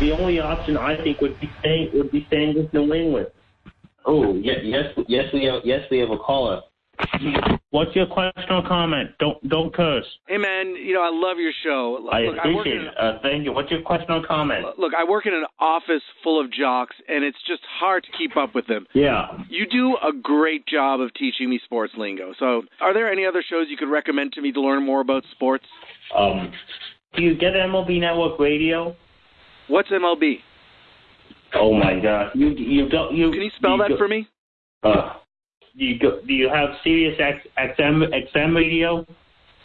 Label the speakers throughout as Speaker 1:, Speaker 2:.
Speaker 1: the only option I think would be staying would be staying with New England.
Speaker 2: Oh, yes, yes, yes, we have, yes, we have a caller.
Speaker 1: What's your question or comment? Don't don't curse.
Speaker 3: Hey man, you know I love your show. Look,
Speaker 2: I
Speaker 3: work in
Speaker 2: appreciate
Speaker 3: an-
Speaker 2: it. Uh, thank you. What's your question or comment?
Speaker 3: Look, I work in an office full of jocks, and it's just hard to keep up with them.
Speaker 2: Yeah.
Speaker 3: You do a great job of teaching me sports lingo. So, are there any other shows you could recommend to me to learn more about sports?
Speaker 2: Um,
Speaker 1: Do you get MLB Network Radio?
Speaker 3: What's MLB?
Speaker 2: oh my God. You you don't you.
Speaker 3: Can you spell that
Speaker 2: go-
Speaker 3: for me?
Speaker 2: Uh,
Speaker 1: Do you go, do you have Sirius X, XM XM Radio?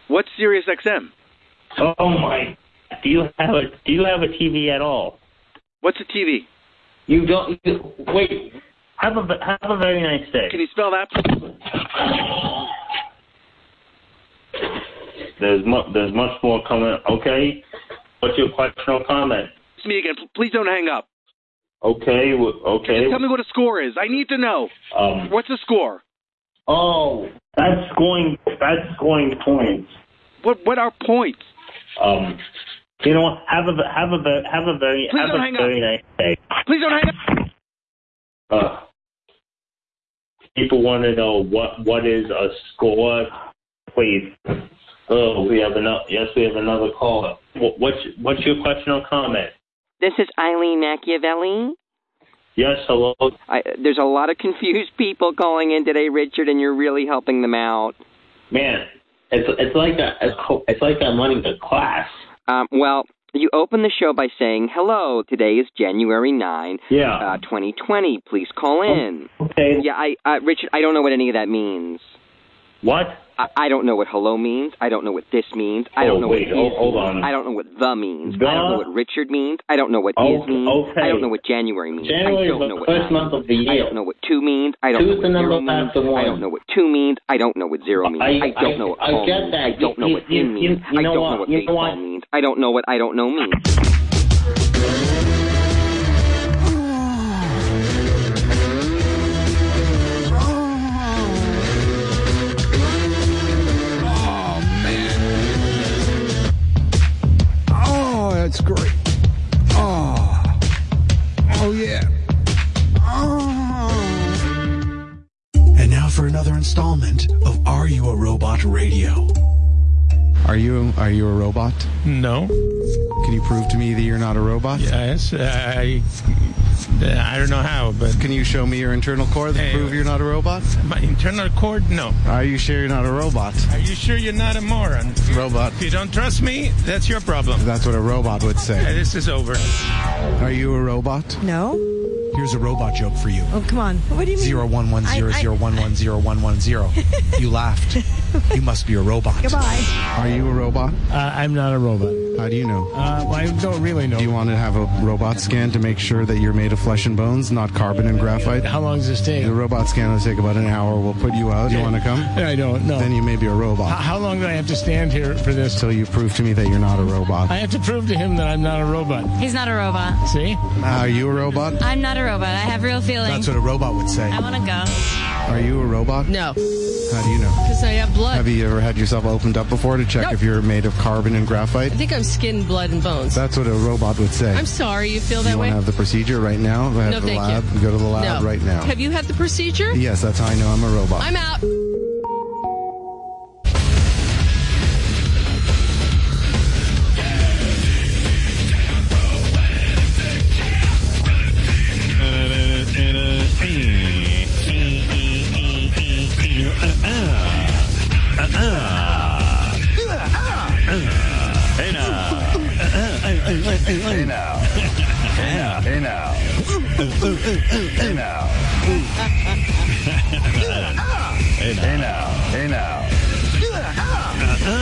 Speaker 3: What's Sirius XM?
Speaker 1: Oh my! Do you have a do you have a TV at all?
Speaker 3: What's a TV?
Speaker 2: you don't. You, wait.
Speaker 1: Have a have a very nice day.
Speaker 3: Can you spell that?
Speaker 2: There's much. There's much more coming. Okay. What's your question or comment?
Speaker 3: It's me again. Please don't hang up.
Speaker 2: Okay. w- Okay.
Speaker 3: Tell me what a score is. I need to know.
Speaker 2: Um.
Speaker 3: What's a score?
Speaker 2: Oh,
Speaker 1: That's scoring. That's scoring points.
Speaker 3: What What are points?
Speaker 2: um,
Speaker 1: You know what? Have a have a ve- have a very
Speaker 3: Please
Speaker 1: have
Speaker 3: don't
Speaker 1: a
Speaker 3: hang up.
Speaker 1: very nice day.
Speaker 3: Please don't hang up.
Speaker 2: uh,
Speaker 1: People want to know what what is a score. Please.
Speaker 2: oh, we have another. Yes, we have another caller.
Speaker 1: Wh- What's what's your question or comment?
Speaker 4: This is Eileen Machiavelli.
Speaker 1: Yes. Hello.
Speaker 4: I, there's a lot of confused people calling in today, Richard, and you're really helping them out.
Speaker 2: Man, it's it's like a, a co- it's like I'm running a class.
Speaker 4: Um, well, you open the show by saying, "Hello, today is January 9,
Speaker 2: Yeah.
Speaker 4: uh, 2020. Please
Speaker 2: Oh.
Speaker 4: call in."
Speaker 1: Okay.
Speaker 4: Yeah, I, uh, Richard, I don't know what any of that means.
Speaker 1: What?
Speaker 4: I, I don't know what hello means. I don't know what this means. I don't
Speaker 2: Oh,
Speaker 4: know
Speaker 2: wait,
Speaker 4: what
Speaker 2: oh,
Speaker 4: is
Speaker 2: hold
Speaker 4: means.
Speaker 2: on.
Speaker 4: I don't know what the means.
Speaker 1: The?
Speaker 4: I don't know what Richard means. I don't know what
Speaker 2: Oh,
Speaker 4: is means.
Speaker 2: okay.
Speaker 4: I don't know what January means.
Speaker 2: January
Speaker 4: I
Speaker 2: is
Speaker 4: don't know
Speaker 2: the
Speaker 4: what
Speaker 2: first
Speaker 4: nine
Speaker 2: month of the
Speaker 4: I
Speaker 2: year.
Speaker 4: don't know what two means. I don't
Speaker 2: Two's
Speaker 4: know what
Speaker 2: the number
Speaker 4: zero means.
Speaker 2: after one.
Speaker 4: I don't know what two means. I don't know what zero means.
Speaker 2: I-
Speaker 4: I, don't
Speaker 2: I-
Speaker 4: know what
Speaker 2: I
Speaker 4: call
Speaker 2: get
Speaker 4: means.
Speaker 2: that.
Speaker 4: I don't
Speaker 2: You-
Speaker 4: know
Speaker 2: you-
Speaker 4: what
Speaker 2: you-
Speaker 4: in
Speaker 2: you-
Speaker 4: means.
Speaker 2: you
Speaker 4: I
Speaker 2: know
Speaker 4: don't
Speaker 2: what?
Speaker 4: know what
Speaker 2: You know
Speaker 4: baseball
Speaker 2: what?
Speaker 4: means. I don't know what I don't know means.
Speaker 5: Oh, that's great. Oh, oh yeah. Oh.
Speaker 6: And now for another installment of Are You a Robot Radio?
Speaker 7: Are you are you a robot?
Speaker 8: No.
Speaker 7: Can you prove to me that you're not a robot?
Speaker 8: Yes. I. I don't know how, but
Speaker 7: Can you show me your internal core that
Speaker 8: Hey.
Speaker 7: prove you're not a robot?
Speaker 8: my internal cord, no.
Speaker 7: Are you sure you're not a robot?
Speaker 8: Are you sure you're not a moron?
Speaker 7: Robot.
Speaker 8: If you don't trust me, that's your problem.
Speaker 7: That's what a robot would
Speaker 8: Hey,
Speaker 7: say.
Speaker 8: This is over.
Speaker 7: Are you a robot?
Speaker 9: No?
Speaker 6: Here's a robot joke for you.
Speaker 9: Oh, come on. What do you mean?
Speaker 6: Zero one one zero
Speaker 9: I- I-
Speaker 6: zero one one zero one one zero. You laughed. You must be a robot.
Speaker 9: Goodbye.
Speaker 7: Are you a robot?
Speaker 10: Uh, I'm not a robot.
Speaker 7: How do you know?
Speaker 10: Uh, well, I don't really know.
Speaker 7: Do you want to have a robot scan to make sure that you're made of flesh and bones, not carbon and graphite?
Speaker 10: How long does this take?
Speaker 7: The robot scan will take about an hour. We'll put you out. You want to come?
Speaker 10: I don't know.
Speaker 7: Then you may be a
Speaker 10: H-
Speaker 7: robot.
Speaker 10: how long do I have to stand here for this?
Speaker 7: Till you prove to me that you're not a
Speaker 10: I
Speaker 7: robot.
Speaker 10: have to prove to him that I'm not a robot.
Speaker 9: He's not a robot.
Speaker 10: See?
Speaker 7: Are you a robot?
Speaker 9: I'm not a robot. I have real feelings.
Speaker 6: That's what a robot would say.
Speaker 9: I want to go.
Speaker 7: Are you a robot?
Speaker 9: No.
Speaker 7: How do you know?
Speaker 9: Because I have blood.
Speaker 7: Have you ever had yourself opened up before to check
Speaker 9: No.
Speaker 7: if you're made of carbon and graphite?
Speaker 9: think I'm skin, blood, and bones.
Speaker 7: That's what a robot would say.
Speaker 9: sorry you feel
Speaker 7: you want to have the procedure right now? Have the lab. Go to the lab right now.
Speaker 9: you had the procedure?
Speaker 7: yes, that's how I know I'm a robot.
Speaker 9: out.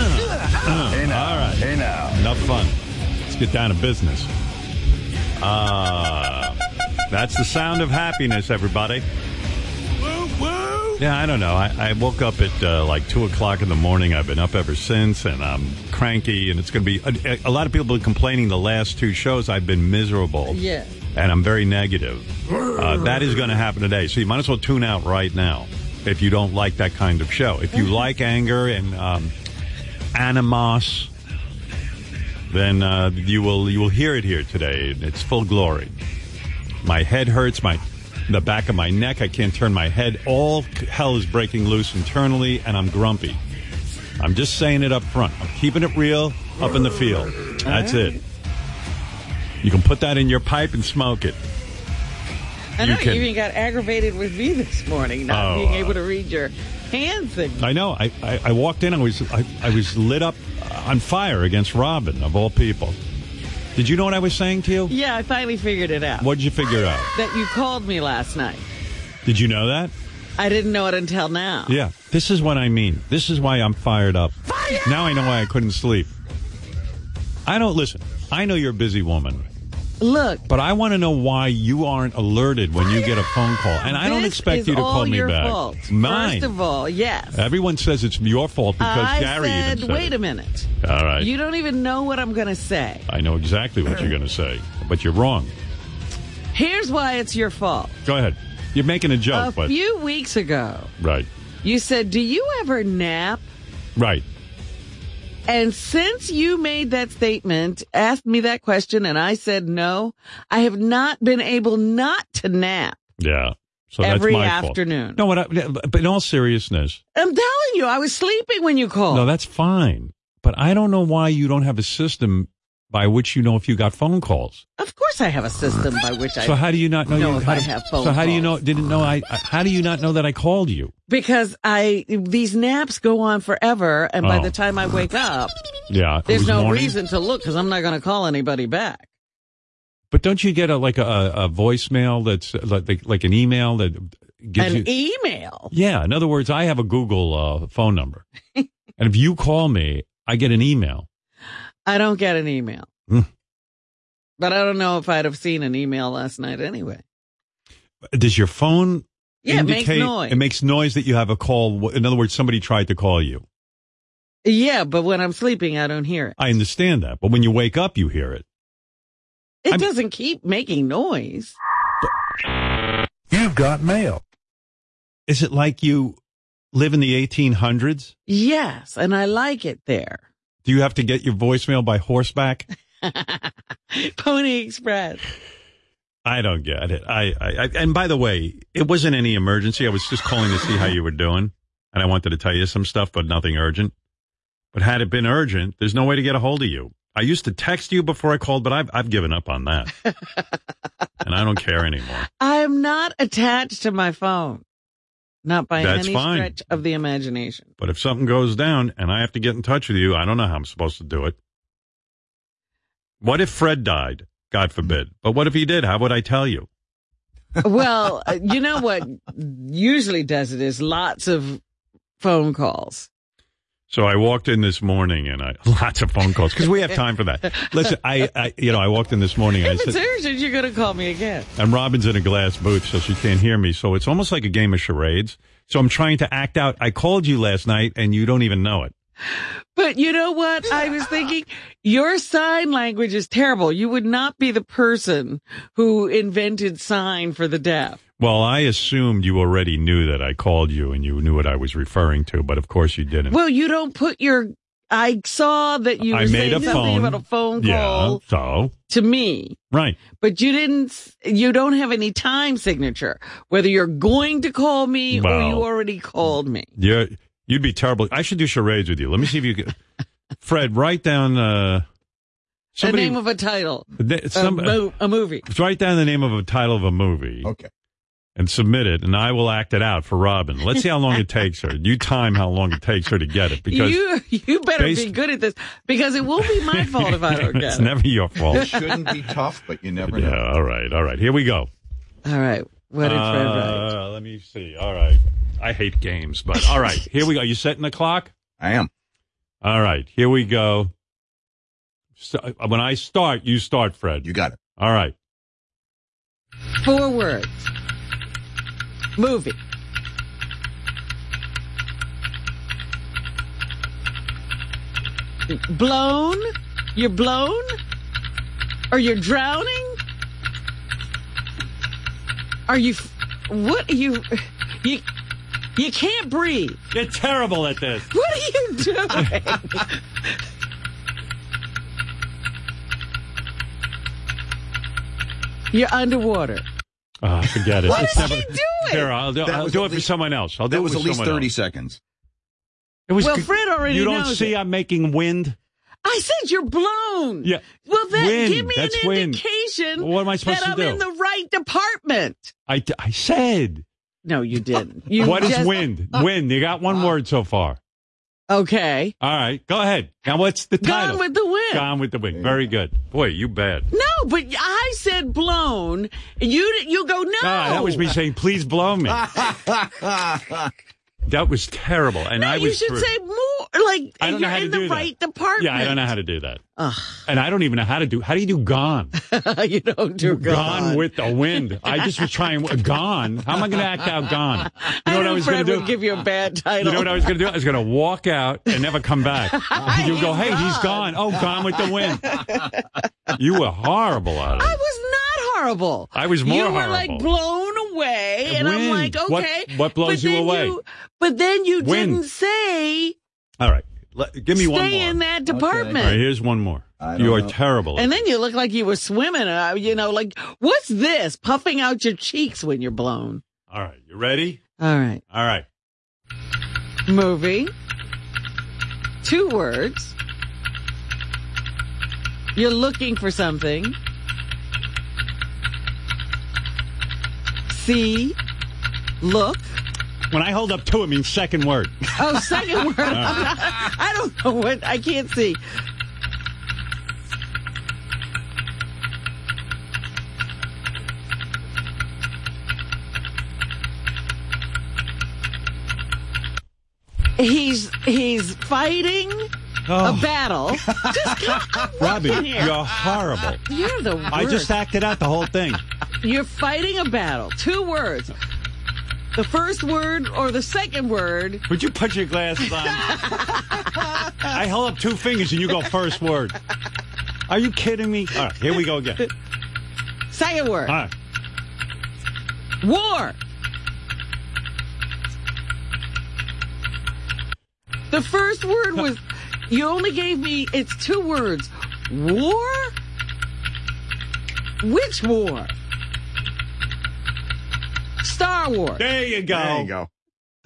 Speaker 8: All right. Hey now. Enough fun. Let's get down to business. Uh, that's the sound of happiness, everybody. Yeah, I don't know. I, I woke up at uh, like 2 o'clock in the morning. I've been up ever since, and I'm cranky, and it's going to be... uh, A, a lot of people have been complaining the last two shows. I've been miserable.
Speaker 9: Yeah.
Speaker 8: And I'm very negative. Uh, that is going to happen today, so you might as well tune out right now if you don't like that kind of show. If you like anger and um, animos, then uh, you will you will hear it here today in its full glory. My head hurts. My the back of my neck. I can't turn my head. All c- hell is breaking loose internally, and I'm grumpy. I'm just saying it up front. I'm keeping it real up in the field. That's it. You can put that in your pipe and smoke it.
Speaker 11: I
Speaker 8: You
Speaker 11: know you,
Speaker 8: can-
Speaker 11: even got aggravated with me this morning, not
Speaker 8: Oh,
Speaker 11: being
Speaker 8: uh,
Speaker 11: able to read your hand signal.
Speaker 8: I know. I, I, I walked in. I was I, I was lit up on fire against Robin of all people. Did you know what I was saying to you?
Speaker 11: Yeah, I finally figured it out.
Speaker 8: What did you figure out?
Speaker 11: That you called me last night.
Speaker 8: Did you know that?
Speaker 11: I didn't know it until now.
Speaker 8: Yeah. This is what I mean. This is why I'm fired up. Now I know why I couldn't sleep. I don't listen. I know you're a busy woman.
Speaker 11: Look,
Speaker 8: But I want to know why you aren't alerted when you get a phone call, and I don't
Speaker 11: this
Speaker 8: expect
Speaker 11: is
Speaker 8: you to
Speaker 11: all
Speaker 8: call me
Speaker 11: your
Speaker 8: back.
Speaker 11: Fault.
Speaker 8: Mine.
Speaker 11: First of all, yes.
Speaker 8: Everyone says it's your fault because
Speaker 11: I
Speaker 8: Gary even
Speaker 11: said,
Speaker 8: said
Speaker 11: wait
Speaker 8: it.
Speaker 11: a minute.
Speaker 8: All right.
Speaker 11: You don't even know what I'm going to say.
Speaker 8: I know exactly what you're going to say, but you're wrong.
Speaker 11: Here's why it's your fault.
Speaker 8: Go ahead. You're making a joke,
Speaker 11: a
Speaker 8: but
Speaker 11: few weeks ago,
Speaker 8: right,
Speaker 11: you said, do you ever nap?
Speaker 8: right.
Speaker 11: And since you made that statement, asked me that question, and I said no, I have not been able not to nap.
Speaker 8: Yeah. So
Speaker 11: Every
Speaker 8: that's my
Speaker 11: afternoon.
Speaker 8: fault. No, what I, but in all seriousness,
Speaker 11: I'm telling you, I was sleeping when you called.
Speaker 8: no, that's fine. But I don't know why you don't have a system by which you know if you got phone calls.
Speaker 11: of course, I have a system by which I
Speaker 8: so how do you not know? you,
Speaker 11: know if
Speaker 8: how
Speaker 11: I
Speaker 8: do-
Speaker 11: have phone
Speaker 8: So how do you know?
Speaker 11: calls.
Speaker 8: Didn't know I? I- How do you not know that I called you?
Speaker 11: because I these naps go on forever, and by
Speaker 8: Oh.
Speaker 11: the time I wake up,
Speaker 8: Yeah. it
Speaker 11: there's
Speaker 8: was
Speaker 11: no
Speaker 8: morning.
Speaker 11: reason to look because I'm not going to call anybody back.
Speaker 8: But don't you get a like a, a voicemail that's like like an email that gives you
Speaker 11: An e-, email.
Speaker 8: Yeah. In other words, I have a Google uh, phone number. and if you call me, I get an email.
Speaker 11: I don't get an email,
Speaker 8: Hmm.
Speaker 11: but I don't know if I'd have seen an email last night anyway.
Speaker 8: Does your phone
Speaker 11: Yeah, it makes
Speaker 8: indicate
Speaker 11: noise.
Speaker 8: it makes noise that you have a call? In other words, somebody tried to call you.
Speaker 11: Yeah, but when I'm sleeping, I don't hear it.
Speaker 8: I understand that, but when you wake up, you hear it.
Speaker 11: It doesn't keep making noise.
Speaker 8: You've got mail. Is it like you live in the 1800s?
Speaker 11: Yes, and I like it there.
Speaker 8: Do you have to get your voicemail by horseback?
Speaker 11: Pony Express.
Speaker 8: I don't get it. I, I, I and by the way, it wasn't any emergency. I was just calling to see how you were doing, and I wanted to tell you some stuff, but nothing urgent. But had it been urgent, there's no way to get a hold of you. I used to text you before I called, but I've I've given up on that, and I don't care anymore.
Speaker 11: I am not attached to my phone. Not by
Speaker 8: That's
Speaker 11: any
Speaker 8: fine.
Speaker 11: stretch of the imagination.
Speaker 8: But if something goes down and I have to get in touch with you, I don't know how I'm supposed to do it. What if Fred died? God forbid. But what if he did? How would I tell you?
Speaker 11: well, uh, you know what usually does it is lots of phone calls.
Speaker 8: So I walked in this morning and I lots of phone calls because we have time for that. Listen, I, I you know I walked in this morning. And
Speaker 11: If
Speaker 8: I
Speaker 11: it's
Speaker 8: said,
Speaker 11: urgent, you're going to call me again.
Speaker 8: and Robin's in a glass booth, so she can't hear me. So it's almost like a game of charades. So I'm trying to act out. I called you last night and you don't even know it.
Speaker 11: But you know what? I was thinking your sign language is terrible. You would not be the person who invented sign for the deaf.
Speaker 8: Well, I assumed you already knew that I called you and you knew what I was referring to, but of course you didn't.
Speaker 11: Well, you don't put your. I saw that you were
Speaker 8: I made
Speaker 11: saying
Speaker 8: a
Speaker 11: something
Speaker 8: phone.
Speaker 11: about a phone
Speaker 8: yeah.
Speaker 11: call
Speaker 8: So
Speaker 11: to me,
Speaker 8: right.
Speaker 11: but you didn't. s- You don't have any time signature. Whether you're going to call me or
Speaker 8: Well.
Speaker 11: you already called me.
Speaker 8: You're, you'd be terrible. I should do charades with you. Let me see if you can. Fred, write down uh, somebody.
Speaker 11: the name of a title,
Speaker 8: th- some-
Speaker 11: a, mo- a movie.
Speaker 8: write down the name of a title of a movie. Okay. And submit it, and I will act it out for Robin. Let's see how long it takes her. You time how long it takes her to get it because
Speaker 11: you you better be
Speaker 8: based-
Speaker 11: good at this because it won't be my fault if I don't
Speaker 8: it's
Speaker 11: get it.
Speaker 8: never your fault.
Speaker 12: It shouldn't be tough, but you never know.
Speaker 8: yeah. All right. All right. Here we go.
Speaker 11: All right. What did Fred write?
Speaker 8: Uh, Let me see. All right. I hate games, but all right. Here we go. You setting the clock?
Speaker 12: I am.
Speaker 8: All right. Here we go. So, uh, when I start, you start, Fred. You
Speaker 12: got it.
Speaker 8: All right.
Speaker 11: Four words. Movie. Blown? You're blown? Or you're drowning? Are you. f- What are you. You. You can't breathe.
Speaker 8: You're terrible at this.
Speaker 11: What are you doing? You're underwater.
Speaker 8: Ah, forget it.
Speaker 11: What
Speaker 8: it's
Speaker 11: did
Speaker 8: never,
Speaker 11: you do it?
Speaker 8: Here, I'll do,
Speaker 11: That
Speaker 8: I'll
Speaker 11: was
Speaker 8: do
Speaker 11: at
Speaker 8: it for
Speaker 11: least-
Speaker 8: someone else. I'll do
Speaker 12: that
Speaker 8: it
Speaker 12: was
Speaker 8: with
Speaker 12: at least
Speaker 8: someone
Speaker 12: 30
Speaker 8: else.
Speaker 12: seconds.
Speaker 8: It was
Speaker 11: Well,
Speaker 8: good.
Speaker 11: Fred already
Speaker 8: You don't
Speaker 11: knows
Speaker 8: see
Speaker 11: it.
Speaker 8: I'm making wind.
Speaker 11: I said you're blown.
Speaker 8: Yeah.
Speaker 11: Well, then
Speaker 8: Wind.
Speaker 11: give me
Speaker 8: That's
Speaker 11: an
Speaker 8: wind.
Speaker 11: indication
Speaker 8: What am I supposed
Speaker 11: that
Speaker 8: to
Speaker 11: I'm
Speaker 8: do?
Speaker 11: in the right department.
Speaker 8: I, I said.
Speaker 11: No, you didn't.
Speaker 8: What is
Speaker 11: You just- Oh. Ah.
Speaker 8: wind? wind. You got one word so far.
Speaker 11: Okay.
Speaker 8: All right. Go ahead. Now, what's the
Speaker 11: Gone
Speaker 8: title?
Speaker 11: with the Wind.
Speaker 8: Gone with the wind. Very good. Boy, you bad.
Speaker 11: No, but I said blown. You di- you go no.
Speaker 8: Ah, that was me saying, please blow me. that was terrible. And I
Speaker 11: you
Speaker 8: was.
Speaker 11: should
Speaker 8: through.
Speaker 11: say more. Like
Speaker 8: I don't
Speaker 11: you're
Speaker 8: know how to
Speaker 11: in
Speaker 8: do
Speaker 11: the
Speaker 8: that.
Speaker 11: right department.
Speaker 8: Yeah, I don't know how to do that. And I don't even know how to do. How do you do gone?
Speaker 11: you don't do
Speaker 8: gone.
Speaker 11: gone.
Speaker 8: with the wind. I just was trying uh, gone. How am I going to act out gone? You
Speaker 11: I
Speaker 8: know what
Speaker 11: knew
Speaker 8: I was
Speaker 11: Fred
Speaker 8: going to
Speaker 11: would
Speaker 8: do?
Speaker 11: give you a bad title.
Speaker 8: You know what I was going to do? I was going to walk out and never come back. You go, hey, he's gone. Oh, gone with the wind. You were horrible at
Speaker 11: I
Speaker 8: it.
Speaker 11: was not horrible.
Speaker 8: I was more
Speaker 11: You were like
Speaker 8: horrible.
Speaker 11: blown away, and I'm like,
Speaker 8: Wind.
Speaker 11: okay.
Speaker 8: What- what blows
Speaker 11: but
Speaker 8: you
Speaker 11: then
Speaker 8: away?
Speaker 11: but then you
Speaker 8: Wind.
Speaker 11: didn't say
Speaker 8: All right, Let- give me
Speaker 11: stay
Speaker 8: one more.
Speaker 11: in that
Speaker 8: All
Speaker 11: department.
Speaker 8: right, here's one more. You are terrible.
Speaker 11: And then you look like you were swimming. Uh, you know, like what's this puffing out your cheeks when you're blown?
Speaker 8: All right, you ready?
Speaker 11: All right.
Speaker 8: All right.
Speaker 11: Movie. Two words. You're looking for something. See. Look.
Speaker 8: When I hold up two, it means second word.
Speaker 11: Oh, second word. I'm not, I don't know what. I can't see. He's he's fighting
Speaker 8: Oh.
Speaker 11: a battle. Just come, I'm
Speaker 8: Robbie,
Speaker 11: working here.
Speaker 8: you're horrible.
Speaker 11: You're the worst.
Speaker 8: I just acted out the whole thing.
Speaker 11: You're fighting a battle. Two words. The first word or the second word.
Speaker 8: Would you put your glasses on? I held up two fingers and you go first word. Are you kidding me? All right, here we go again.
Speaker 11: Second word.
Speaker 8: All right.
Speaker 11: War. The first word was. You only gave me. It's two words. War? Which war? Star Wars.
Speaker 8: There you go.
Speaker 12: There you go.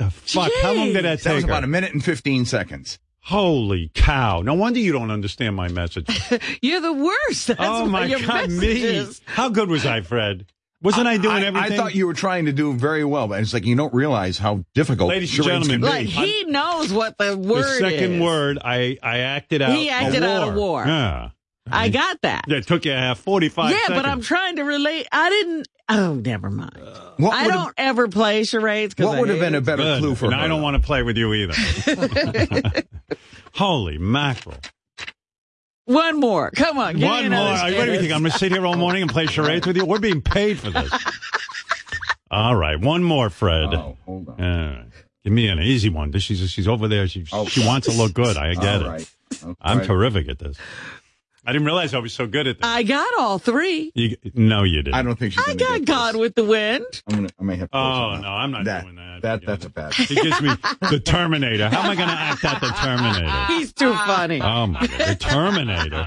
Speaker 8: Fuck, how long did that
Speaker 12: That
Speaker 8: take?
Speaker 12: was about
Speaker 8: her?
Speaker 12: a minute and 15 seconds.
Speaker 8: Holy cow. No wonder you don't understand my message.
Speaker 11: You're the worst. That's
Speaker 8: oh
Speaker 11: what
Speaker 8: my
Speaker 11: your
Speaker 8: God,
Speaker 11: message
Speaker 8: me.
Speaker 11: is.
Speaker 8: How good was I, Fred? Wasn't I, doing everything?
Speaker 12: I thought you were trying to do very well, but it's like you don't realize how difficult
Speaker 8: Ladies and
Speaker 12: charades
Speaker 8: gentlemen,
Speaker 12: can be.
Speaker 11: Like, he knows what the
Speaker 8: the
Speaker 11: word
Speaker 8: second
Speaker 11: is.
Speaker 8: word, I, I acted out.
Speaker 11: He acted
Speaker 8: a war.
Speaker 11: out a war.
Speaker 8: Yeah.
Speaker 11: I got that.
Speaker 8: That took you uh, 45
Speaker 11: yeah,
Speaker 8: seconds.
Speaker 11: but I'm trying to relate. I didn't. Oh, never mind.
Speaker 12: What
Speaker 11: I
Speaker 12: would've-
Speaker 11: don't ever play charades. 'cause
Speaker 12: What
Speaker 11: I
Speaker 12: would have
Speaker 11: hate
Speaker 12: been a
Speaker 11: it.
Speaker 12: better
Speaker 8: Good.
Speaker 12: clue for
Speaker 8: and
Speaker 12: her?
Speaker 8: I don't want to play with you either. Holy mackerel.
Speaker 11: One more. Come on. Give me
Speaker 8: One more.
Speaker 11: another
Speaker 8: What do you
Speaker 11: chance.
Speaker 8: think? I'm going to sit here all morning and play charades with you? We're being paid for this. all right. One more, Fred.
Speaker 12: Oh, hold on.
Speaker 8: All right. Give me an easy one. This- She's, she's over there. She,
Speaker 12: Oh.
Speaker 8: she wants to look good. I
Speaker 12: All
Speaker 8: get it.
Speaker 12: right. Okay.
Speaker 8: I'm terrific at this. I didn't realize I was so good at this.
Speaker 11: I got all three.
Speaker 8: You, no, you didn't.
Speaker 12: I don't think she's
Speaker 11: I
Speaker 12: going
Speaker 11: got God with the wind.
Speaker 12: I'm gonna, I may have to
Speaker 8: Oh, no, I'm not
Speaker 12: that,
Speaker 8: doing that.
Speaker 12: that. That's a bad
Speaker 8: He gives me the Terminator. How am I going to act out the Terminator?
Speaker 11: He's too funny.
Speaker 8: Oh my God, the Terminator.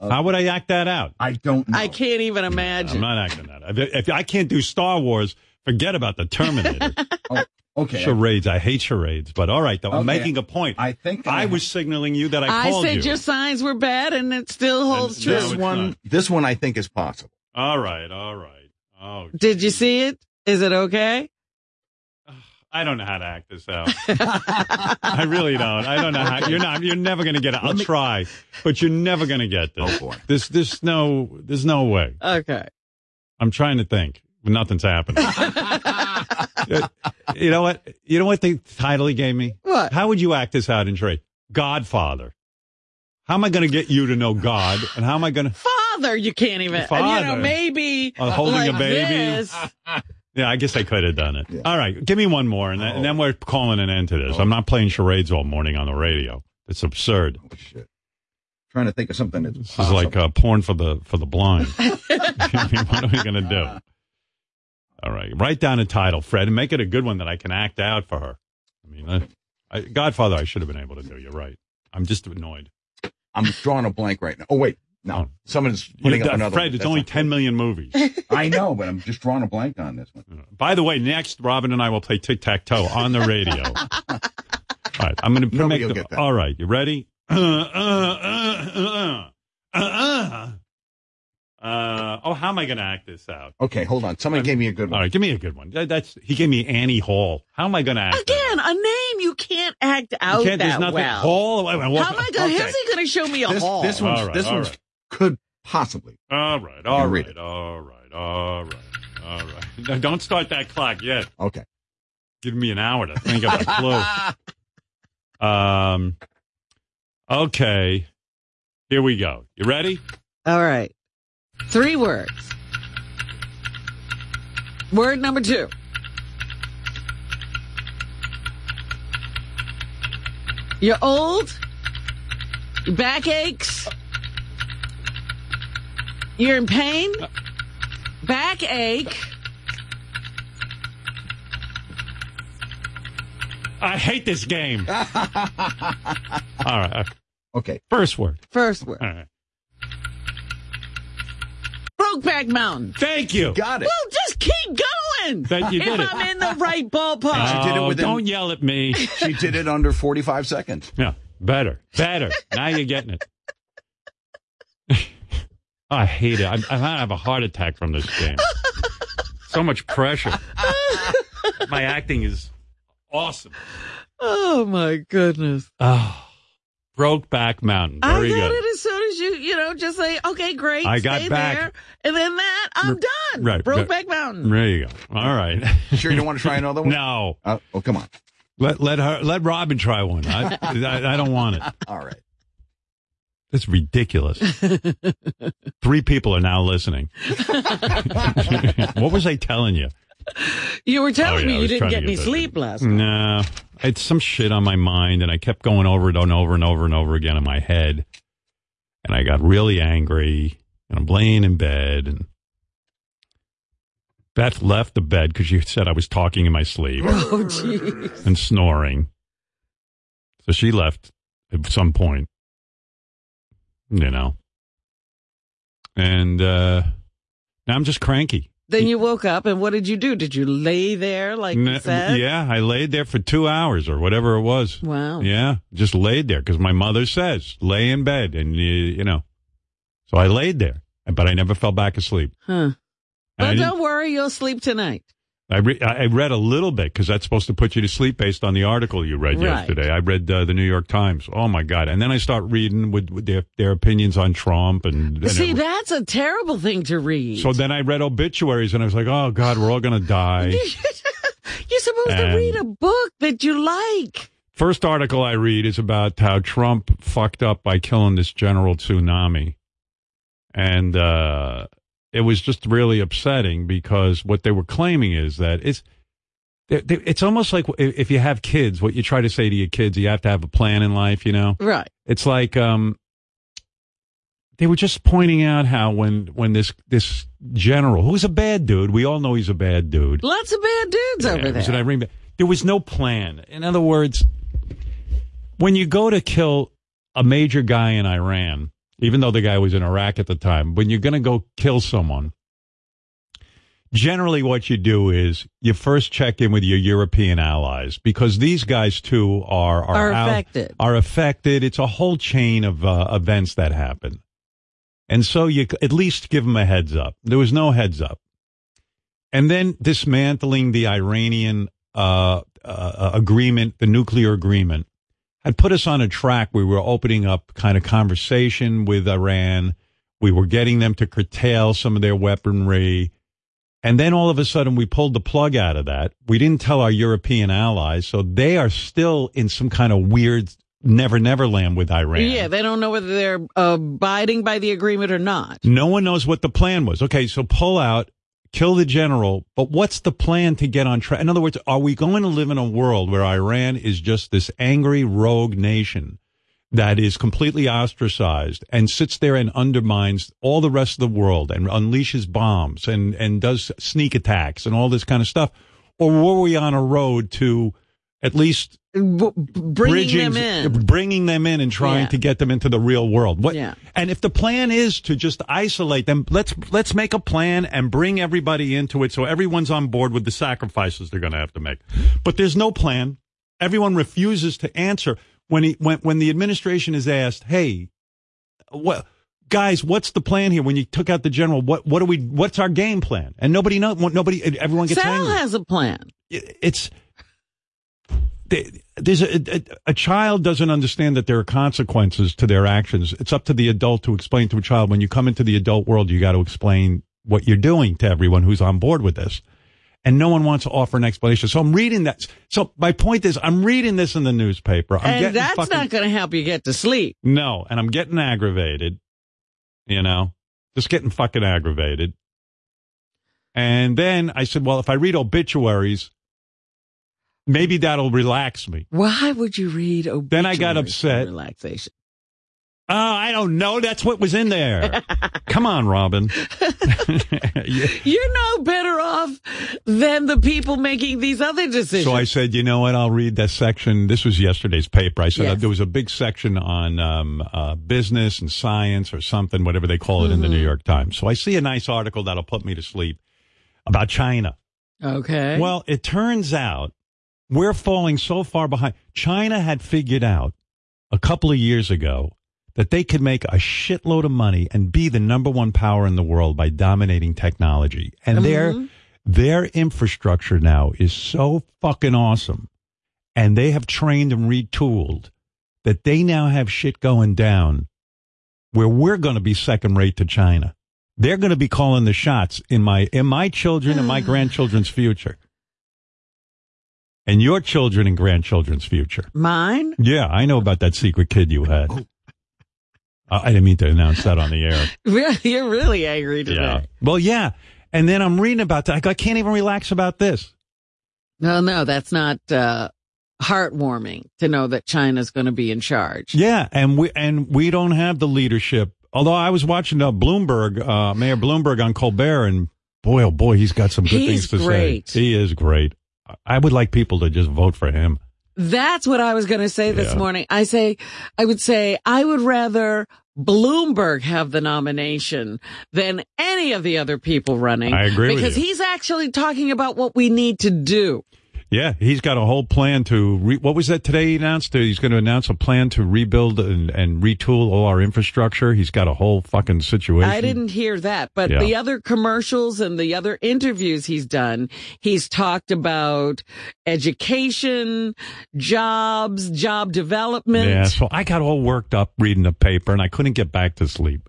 Speaker 8: How would I act that out?
Speaker 12: I don't know.
Speaker 11: I can't even
Speaker 8: I'm
Speaker 11: imagine.
Speaker 8: not acting that. out. If, if I can't do Star Wars, forget about the Terminator.
Speaker 12: Oh, okay.
Speaker 8: charades. I hate charades. But all right, though, I'm
Speaker 12: Okay.
Speaker 8: making a point.
Speaker 12: I think that
Speaker 8: I was signaling you that I
Speaker 11: I,
Speaker 8: called
Speaker 11: said
Speaker 8: you.
Speaker 11: your signs were bad, and it still holds
Speaker 8: And
Speaker 11: true.
Speaker 12: this
Speaker 8: No, it's
Speaker 12: one.
Speaker 8: not.
Speaker 12: This one I think is possible.
Speaker 8: All right, all right. Oh,
Speaker 11: Did you see it? Is it okay?
Speaker 8: I don't know how to act this out. I really don't. I don't know how. You're not. You're never going to get it. I'll try, but you're never going to get this.
Speaker 12: Oh, boy.
Speaker 8: This. This. No. There's no way.
Speaker 11: Okay.
Speaker 8: I'm trying to think. but Nothing's happening. Uh, you know what? You know what the title he gave me?
Speaker 11: What?
Speaker 8: How would you act this out in trade? Godfather. How am I going to get you to know God? And how am I going to?
Speaker 11: Father, you can't even. You know,
Speaker 8: Father.
Speaker 11: maybe
Speaker 8: Uh, holding
Speaker 11: like
Speaker 8: a baby.
Speaker 11: This.
Speaker 8: Yeah, I guess I could have done it. All right, give me one more, and, then and then we're calling an end to this. I'm not playing charades all morning on the radio. It's absurd.
Speaker 12: Oh, shit. Trying to think of something that's
Speaker 8: This is like uh, porn for the for the blind. I mean, what are we going to do? All right, write down a title, Fred, and make it a good one that I can act out for her. I mean, uh, I, Godfather, I should have been able to do. You're right. I'm just annoyed.
Speaker 12: I'm drawing a blank right now. Oh wait, No, someone's putting
Speaker 8: You've
Speaker 12: up
Speaker 8: done-
Speaker 12: another.
Speaker 8: Fred, it's only 10 million movies.
Speaker 12: I know, but I'm just drawing a blank on this one.
Speaker 8: By the way, next Robin and I will play tic tac toe on the radio. all right, I'm going to make the. All right, you ready? Uh, uh, uh, uh, uh, uh, uh. Uh, oh, how am I going to act this out?
Speaker 12: Okay, hold on. Somebody gave me a good one.
Speaker 8: All right, give me a good one. That- that's he gave me Annie Hall. How am I going to act? that?
Speaker 11: Again, a name you can't act out
Speaker 8: can't- there's
Speaker 11: that
Speaker 8: nothing-
Speaker 11: well.
Speaker 8: Hall? Wait, wait, what-
Speaker 11: How am I going?
Speaker 8: Okay.
Speaker 11: How's he going to show me a
Speaker 12: This,
Speaker 11: hall?
Speaker 12: this one's,
Speaker 8: All right,
Speaker 12: this
Speaker 8: all
Speaker 12: one's
Speaker 8: right.
Speaker 12: could possibly.
Speaker 8: All right, all right, all right, all right, all right. No, don't start that clock yet.
Speaker 12: Okay.
Speaker 8: Give me an hour to think about the clue. Um, okay. Here we go. You ready?
Speaker 11: All right. Three words. Word number two. You're old. Your back aches. You're in pain.
Speaker 8: Uh.
Speaker 11: Back ache.
Speaker 8: I hate this game. all right.
Speaker 12: Okay.
Speaker 8: First word.
Speaker 11: First word.
Speaker 8: All right.
Speaker 11: Brokeback Mountain.
Speaker 8: Thank you.
Speaker 12: Got
Speaker 11: Well, just keep going.
Speaker 8: Thank you,
Speaker 11: If
Speaker 8: did it.
Speaker 11: I'm in the right ballpark.
Speaker 12: She did it
Speaker 8: Oh,
Speaker 12: within-
Speaker 8: don't yell at me.
Speaker 12: She did it under 45 seconds.
Speaker 8: Yeah, better, better. now you're getting it. I hate it. I, I might have a heart attack from this game. so much pressure. My acting is awesome.
Speaker 11: Oh my goodness.
Speaker 8: Oh, Brokeback Mountain.
Speaker 11: I
Speaker 8: Very
Speaker 11: got
Speaker 8: good.
Speaker 11: it as soon as you, you know, just say, okay, great.
Speaker 8: I got
Speaker 11: stay
Speaker 8: back.
Speaker 11: there. And then that, I'm done.
Speaker 8: right,
Speaker 11: Brokeback
Speaker 8: right.
Speaker 11: Mountain.
Speaker 8: There you go. All right.
Speaker 12: Sure, you don't want to try another one?
Speaker 8: No.
Speaker 12: Uh, oh, come on.
Speaker 8: Let let her let Robin try one. I I, I don't want it.
Speaker 12: All right.
Speaker 8: That's ridiculous. Three people are now listening. what was I telling you?
Speaker 11: You were telling
Speaker 8: Oh, yeah, I
Speaker 11: me you
Speaker 8: was
Speaker 11: didn't
Speaker 8: trying to
Speaker 11: get
Speaker 8: get
Speaker 11: any
Speaker 8: that. Mm.
Speaker 11: sleep last night.
Speaker 8: No, I had some shit on my mind, and I kept going over it and over and over and over again in my head, and I got really angry. And I'm laying in bed, and Beth left the bed because she said I was talking in my sleep
Speaker 11: Oh, jeez.
Speaker 8: and snoring. So she left at some point, you know. And uh, now I'm just cranky.
Speaker 11: Then you woke up and what did you do? Did you lay there like you
Speaker 8: N-
Speaker 11: said?
Speaker 8: Yeah, I laid there for two hours or whatever it was.
Speaker 11: Wow.
Speaker 8: Yeah, just laid there because my mother says lay in bed, and you, you know. So I laid there, but I never fell back asleep.
Speaker 11: Huh.
Speaker 8: And I
Speaker 11: But
Speaker 8: didn't-
Speaker 11: don't worry, you'll sleep tonight.
Speaker 8: I, re- I I read a little bit because that's supposed to put you to sleep based on the article you read
Speaker 11: Right.
Speaker 8: yesterday. I read uh, the New York Times. Oh my god! And then I start reading with, with their their opinions on Trump and, and
Speaker 11: See,
Speaker 8: everything.
Speaker 11: that's a terrible thing to read.
Speaker 8: so then I read obituaries and I was like, oh god, we're all gonna die.
Speaker 11: You're supposed to
Speaker 8: And-
Speaker 11: read a book that you like.
Speaker 8: First article I read is about how Trump fucked up by killing this general tsunami. And uh, it was just really upsetting because what they were claiming is that it's they- they- it's almost like if if you have kids, what you try to say to your kids, you have to have a plan in life, you know?
Speaker 11: Right.
Speaker 8: It's like um, they were just pointing out how when when this this general, who's a bad dude, we all know he's a bad dude.
Speaker 11: Lots of bad dudes
Speaker 8: Yeah,
Speaker 11: over
Speaker 8: it was an
Speaker 11: there.
Speaker 8: Irene Ba- There was no plan. In other words, when you go to kill a major guy in Iran, even though the guy was in Iraq at the time, when you're going to go kill someone, generally what you do is you first check in with your European allies because these guys too are are,
Speaker 11: Are
Speaker 8: out-
Speaker 11: affected.
Speaker 8: Are affected. It's a whole chain of uh, events that happen. And so you c- at least give them a heads up. There was no heads up. And then dismantling the Iranian uh, uh, agreement, the nuclear agreement, had put us on a track. We were opening up kind of conversation with Iran. We were getting them to curtail some of their weaponry. And then all of a sudden, we pulled the plug out of that. We didn't tell our European allies. So they are still in some kind of weird never, never land with Iran.
Speaker 11: Yeah, they don't know whether they're uh, abiding by the agreement or not.
Speaker 8: No one knows what the plan was. Okay, so pull out, kill the general, but what's the plan to get on track? In other words, are we going to live in a world where Iran is just this angry rogue nation that is completely ostracized and sits there and undermines all the rest of the world and unleashes bombs and, and does sneak attacks and all this kind of stuff? Or were we on a road to at least
Speaker 11: b- bringing them
Speaker 8: bridging-
Speaker 11: in.
Speaker 8: bringing them in and trying
Speaker 11: Yeah.
Speaker 8: to get them into the real world. What?
Speaker 11: Yeah.
Speaker 8: And if the plan is to just isolate them, let's let's make a plan and bring everybody into it so everyone's on board with the sacrifices they're going to have to make. But there's no plan. Everyone refuses to answer when he when when the administration is asked, "Hey, what guys, what's the plan here when you took out the general? What what do we what's our game plan?" And nobody know nobody everyone gets
Speaker 11: Sal
Speaker 8: angry.
Speaker 11: has a plan.
Speaker 8: It- it's there- there's a, a, a child doesn't understand that there are consequences to their actions. It's up to the adult to explain to a child. When you come into the adult world, you got to explain what you're doing to everyone who's on board with this. And no one wants to offer an explanation. So I'm reading that. So my point is, I'm reading this in the newspaper. I'm
Speaker 11: and
Speaker 8: getting
Speaker 11: that's
Speaker 8: fucking-
Speaker 11: not going to help you get to sleep.
Speaker 8: no, and I'm getting aggravated. You know, just getting fucking aggravated. And then I said, well, if I read obituaries, maybe that'll relax me.
Speaker 11: Why would you read obituaries?
Speaker 8: Then I got upset.
Speaker 11: Relaxation.
Speaker 8: Oh, I don't know. That's what was in there. Come on, Robin. Yeah.
Speaker 11: You're no better off than the people making these other decisions.
Speaker 8: So I said, you know what? I'll read that section. This was yesterday's paper. I said
Speaker 11: Yes.
Speaker 8: there was a big section on um, uh, business and science or something, whatever they call it in the New York Times. So I see a nice article that'll put me to sleep about China.
Speaker 11: okay.
Speaker 8: Well, it turns out we're falling so far behind. China had figured out a couple of years ago that they could make a shitload of money and be the number one power in the world by dominating technology. And their their infrastructure now is so fucking awesome. And they have trained and retooled that they now have shit going down where we're going to be second rate to China. They're going to be calling the shots in my in my children and my grandchildren's future, and your children and grandchildren's future.
Speaker 11: Mine?
Speaker 8: Yeah, I know about that secret kid you had.
Speaker 11: Oh.
Speaker 8: I I didn't mean to announce that on the air.
Speaker 11: Really, you're really angry today.
Speaker 8: Yeah. Well, yeah. And then I'm reading about that. I go, I can't even relax about this.
Speaker 11: No, no, that's not uh, heartwarming to know that China's going to be in charge.
Speaker 8: Yeah, and we and we don't have the leadership. Although I was watching uh, Bloomberg, uh, Mayor Bloomberg on Colbert, and boy, oh boy, he's got some good
Speaker 11: He's
Speaker 8: things to
Speaker 11: great.
Speaker 8: say. He is great. I- I would like people to just vote for him.
Speaker 11: That's what I was going to say this
Speaker 8: Yeah.
Speaker 11: morning. I say, I would say, I would rather Bloomberg have the nomination than any of the other people running.
Speaker 8: I agree with
Speaker 11: because
Speaker 8: you.
Speaker 11: he's actually talking about what we need to do.
Speaker 8: Yeah, he's got a whole plan to. Re- what was that today he announced? Uh, He's going to announce a plan to rebuild and, and retool all our infrastructure. He's got a whole fucking situation.
Speaker 11: I didn't hear that, but
Speaker 8: Yeah.
Speaker 11: the other commercials and the other interviews he's done, he's talked about education, jobs, job development.
Speaker 8: Yeah, so I got all worked up reading the paper, and I couldn't get back to sleep.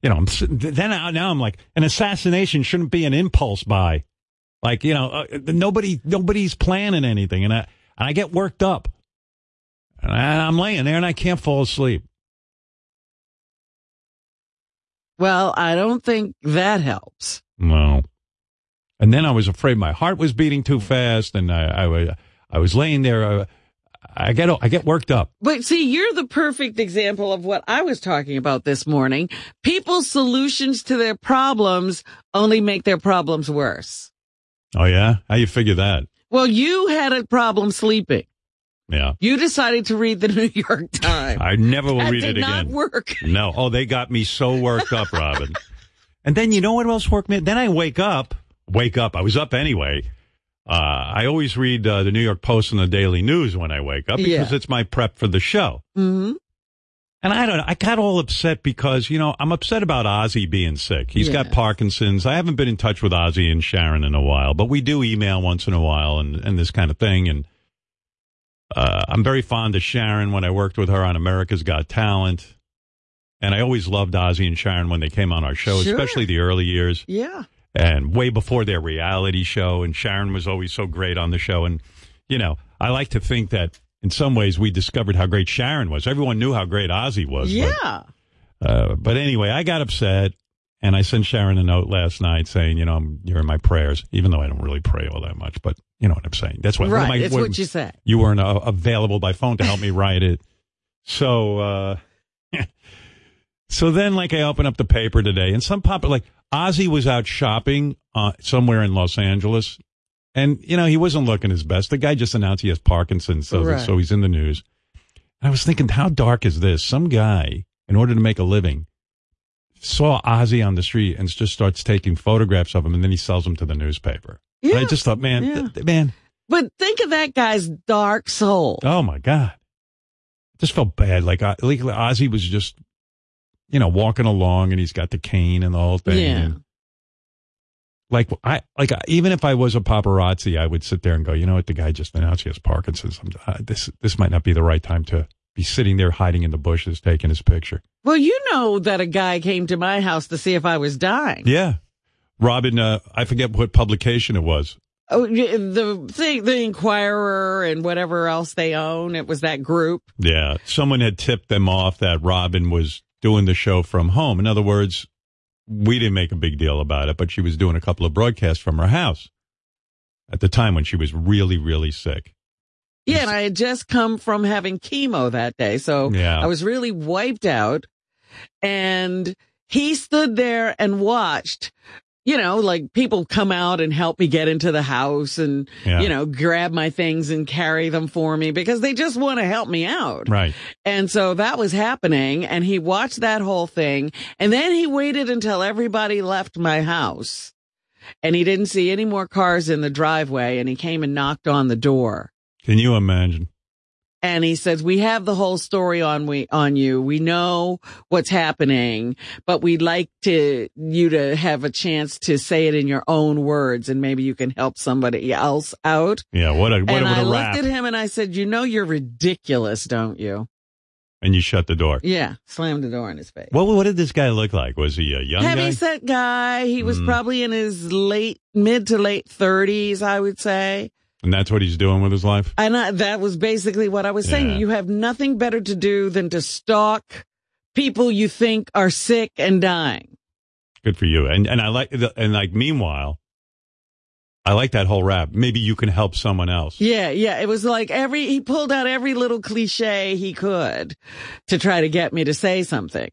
Speaker 8: You know, I'm sitting- then I, now I'm like, an assassination shouldn't be an impulse buy. Like, you know, uh, nobody nobody's planning anything, and I and I get worked up, and I, I'm laying there and I can't fall asleep.
Speaker 11: Well, I don't think that helps.
Speaker 8: No. And then I was afraid my heart was beating too fast, and I I, wa- I was laying there. I, I get I get worked up.
Speaker 11: But see, you're the perfect example of what I was talking about this morning. People's solutions to their problems only make their problems worse.
Speaker 8: Oh yeah, how you figure that?
Speaker 11: Well, you had a problem sleeping.
Speaker 8: Yeah,
Speaker 11: You decided to read the New York Times.
Speaker 8: I never will
Speaker 11: That
Speaker 8: read
Speaker 11: did
Speaker 8: it
Speaker 11: not
Speaker 8: again.
Speaker 11: work.
Speaker 8: No. Oh, they got me so worked up, Robin. and then you know what else worked me? Then I wake up. Wake up. I was up anyway. Uh, I always read uh, the New York Post and the Daily News when I wake up because
Speaker 13: Yeah.
Speaker 8: it's my prep for the show.
Speaker 11: Mm-hmm.
Speaker 8: And I don't know. I got all upset because, you know, I'm upset about Ozzy being sick. He's got Parkinson's. I haven't been in touch with Ozzy and Sharon in a while, but we do email once in a while and, and this kind of thing. And uh, I'm very fond of Sharon when I worked with her on America's Got Talent. And I always loved Ozzy and Sharon when they came on our show,
Speaker 11: Sure.
Speaker 8: especially the early years
Speaker 11: Yeah.
Speaker 8: and way before their reality show. And Sharon was always so great on the show. And, you know, I like to think that in some ways we discovered how great Sharon was. Everyone knew how great Ozzy was. but-
Speaker 11: Yeah.
Speaker 8: uh, but anyway, I got upset and I sent Sharon a note last night saying, you know, I'm, you're in my prayers, even though I don't really pray all that much, but you know what I'm saying. That's what,
Speaker 11: Right,
Speaker 8: am I-
Speaker 11: it's what you said.
Speaker 8: You weren't uh, available by phone to help me write it. So, uh, so then like I open up the paper today and some pop, like Ozzy was out shopping, uh, somewhere in Los Angeles And, you know, he wasn't looking his best. The guy just announced he has Parkinson's, so,
Speaker 13: Right.
Speaker 8: so he's in the news. And I was thinking, how dark is this? Some guy, in order to make a living, saw Ozzy on the street and just starts taking photographs of him, and then he sells them to the newspaper. And I just thought, man, th- th- man.
Speaker 11: But think of that guy's dark soul.
Speaker 8: Oh my god, I just felt bad. Like, I, like Ozzy was just, you know, walking along, and he's got the cane and the whole thing.
Speaker 13: Yeah.
Speaker 8: And like I, like I- even if I was a paparazzi, I would sit there and go, you know what, the guy just announced he has Parkinson's. I'm, uh, this this might not be the right time to be sitting there hiding in the bushes taking his picture.
Speaker 11: Well, you know that a guy came to my house to see if I was dying.
Speaker 8: Yeah. Robin, uh, I forget what publication it was.
Speaker 11: Oh, y- the thing, the Inquirer and whatever else they own. It was that group.
Speaker 8: Yeah. Someone had tipped them off that Robin was doing the show from home. In other words, we didn't make a big deal about it, but she was doing a couple of broadcasts from her house at the time when she was really, really sick.
Speaker 11: Yeah, and I had just come from having chemo that day, so
Speaker 8: Yeah.
Speaker 11: I was really wiped out. And he stood there and watched, you know, like people come out and help me get into the house and,
Speaker 13: Yeah.
Speaker 11: you know, grab my things and carry them for me because they just want to help me out.
Speaker 8: Right.
Speaker 11: And so that was happening and he watched that whole thing and then he waited until everybody left my house and he didn't see any more cars in the driveway and he came and knocked on the door
Speaker 8: Can you imagine?
Speaker 11: and he says we have the whole story on we on you we know what's happening but we'd like to you to have a chance to say it in your own words and maybe you can help somebody else out
Speaker 8: Yeah. What a, what,
Speaker 11: and
Speaker 8: a- what
Speaker 11: i
Speaker 8: a
Speaker 11: looked
Speaker 8: rap.
Speaker 11: at him and i said you know you're ridiculous don't you
Speaker 8: and you shut the door.
Speaker 11: yeah slammed the door in his face
Speaker 8: What, what did this guy look like? Was he a young
Speaker 11: heavy
Speaker 8: guy?
Speaker 11: set guy he was
Speaker 8: Mm.
Speaker 11: probably in his late mid to late 30s i would say
Speaker 8: and that's what he's doing with his life?
Speaker 11: And I, that was basically what I was saying. You have nothing better to do than to stalk people you think are sick and dying.
Speaker 8: Good for you. And and I like the, and like meanwhile, I like that whole rap. Maybe you can help someone else.
Speaker 11: Yeah, yeah. It was like every, he pulled out every little cliche he could to try to get me to say something.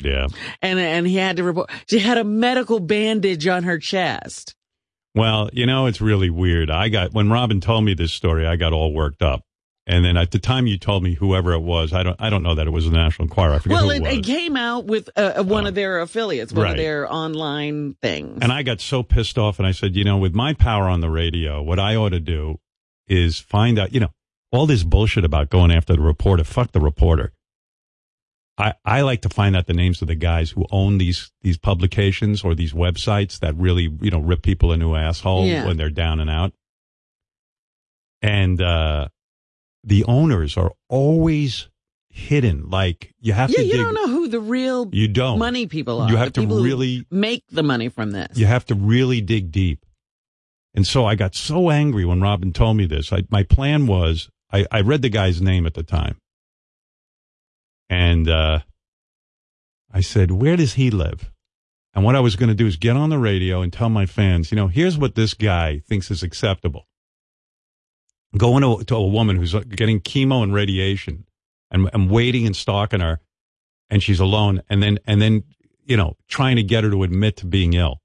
Speaker 8: Yeah.
Speaker 11: And, and he had to report, she had a medical bandage on her chest.
Speaker 8: Well, you know, it's really weird. I got when Robin told me this story, I got all worked up. And then at the time you told me whoever it was, I don't I don't know that it was the National Enquirer. I forget
Speaker 11: Well,
Speaker 8: who it
Speaker 11: it,
Speaker 8: was. Oh.
Speaker 11: it came out with uh, one of their affiliates, one
Speaker 8: Right.
Speaker 11: of their online things.
Speaker 8: And I got so pissed off and I said, you know, with my power on the radio, what I ought to do is find out, you know, all this bullshit about going after the reporter, fuck the reporter. I, I like to find out the names of the guys who own these these publications or these websites that really, you know, rip people a new asshole
Speaker 13: Yeah.
Speaker 8: when they're down and out. And uh the owners are always hidden. Like you have
Speaker 11: yeah,
Speaker 8: to
Speaker 11: you
Speaker 8: dig
Speaker 11: don't know who the real
Speaker 8: You don't.
Speaker 11: money people are.
Speaker 8: You have
Speaker 11: the
Speaker 8: to
Speaker 11: people who
Speaker 8: really-
Speaker 11: make the money from this.
Speaker 8: You have to really dig deep. And so I got so angry when Robin told me this. I, my plan was I, I read the guy's name at the time. And uh, I said, Where does he live? And what I was going to do is get on the radio and tell my fans, you know, here's what this guy thinks is acceptable. Going to, to a woman who's uh, getting chemo and radiation and, and waiting and stalking her and she's alone and then, and then, you know, trying to get her to admit to being ill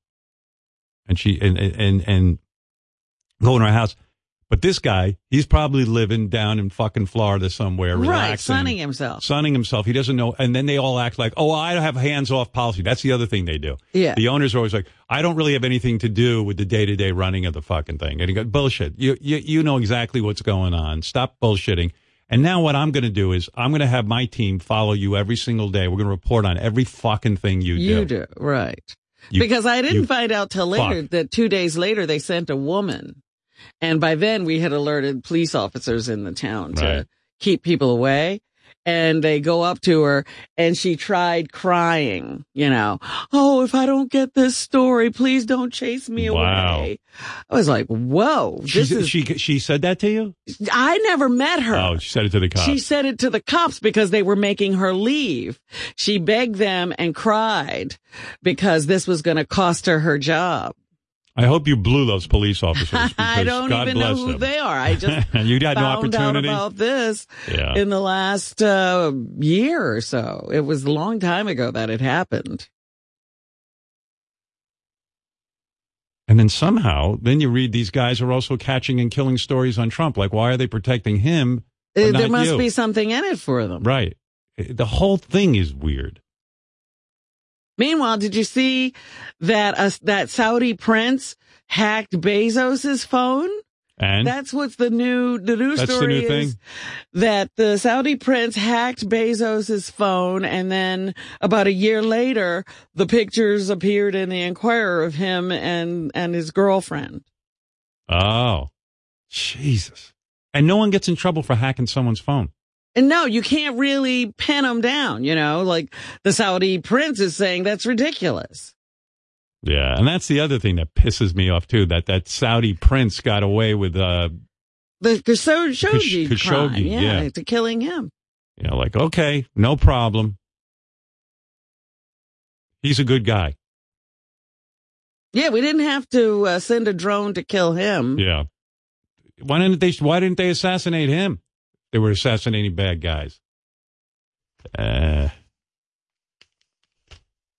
Speaker 8: and she, and, and, and, and going to her house. But this guy, he's probably living down in fucking Florida somewhere,
Speaker 11: right,
Speaker 8: relaxing,
Speaker 11: sunning himself.
Speaker 8: sunning himself. He doesn't know. And then they all act like, oh, I have hands off policy. That's the other thing they do.
Speaker 11: Yeah.
Speaker 8: The owners are always like, I don't really have anything to do with the day to day running of the fucking thing. And he goes, bullshit. You, you, you know exactly what's going on. Stop bullshitting. And now what I'm going to do is I'm going to have my team follow you every single day. We're going to report on every fucking thing you do.
Speaker 11: You do, right.
Speaker 8: You-
Speaker 11: because I didn't
Speaker 8: you-
Speaker 11: find out till later
Speaker 8: fuck.
Speaker 11: that two days later they sent a woman. And by then we had alerted police officers in the town to
Speaker 13: Right.
Speaker 11: keep people away. And they go up to her and she tried crying, you know, oh, if I don't get this story, please don't chase me
Speaker 8: Wow.
Speaker 11: away. I was like, whoa,
Speaker 8: She,
Speaker 11: this is,
Speaker 8: she, she said that to you?
Speaker 11: I never met her.
Speaker 8: Oh, she said it to the cops.
Speaker 11: She said it to the cops because they were making her leave. She begged them and cried because this was going to cost her her job.
Speaker 8: I hope you blew those police officers.
Speaker 11: I
Speaker 8: because
Speaker 11: don't
Speaker 8: God
Speaker 11: even know
Speaker 8: bless
Speaker 11: who
Speaker 8: them.
Speaker 11: they are. I just
Speaker 8: you had no
Speaker 11: found out
Speaker 8: opportunity.
Speaker 11: about this
Speaker 8: Yeah.
Speaker 11: in the last uh, year or so. It was a long time ago that it happened.
Speaker 8: And then somehow, then you read these guys are also catching and killing stories on Trump. Like, why are they protecting him? but
Speaker 11: Uh,
Speaker 8: not
Speaker 11: there must
Speaker 8: you?
Speaker 11: be something in it for them.
Speaker 8: Right. Eh, The whole thing is weird.
Speaker 11: Meanwhile, did you see that uh, that Saudi prince hacked Bezos's phone?
Speaker 8: And
Speaker 11: that's what's the new the new
Speaker 8: That's the
Speaker 11: story
Speaker 8: new
Speaker 11: is
Speaker 8: thing?
Speaker 11: that the Saudi prince hacked Bezos's phone, and then about a year later, the pictures appeared in the Inquirer of him and and his girlfriend.
Speaker 8: Oh, Jesus. And no one gets in trouble for hacking someone's phone.
Speaker 11: And no, you can't really pin them down. You know, like the Saudi prince is saying that's ridiculous.
Speaker 8: Yeah. And that's the other thing that pisses me off, too, that that Saudi prince got away with, uh,
Speaker 11: The Khashoggi,
Speaker 8: Khash-
Speaker 11: crime,
Speaker 8: Khashoggi, yeah.
Speaker 11: to killing him.
Speaker 8: you know, like, okay, no problem. He's a good guy.
Speaker 11: Yeah, we didn't have to uh, send a drone to kill him.
Speaker 8: Yeah. Why didn't they? Why didn't they assassinate him? They were assassinating bad guys. Uh,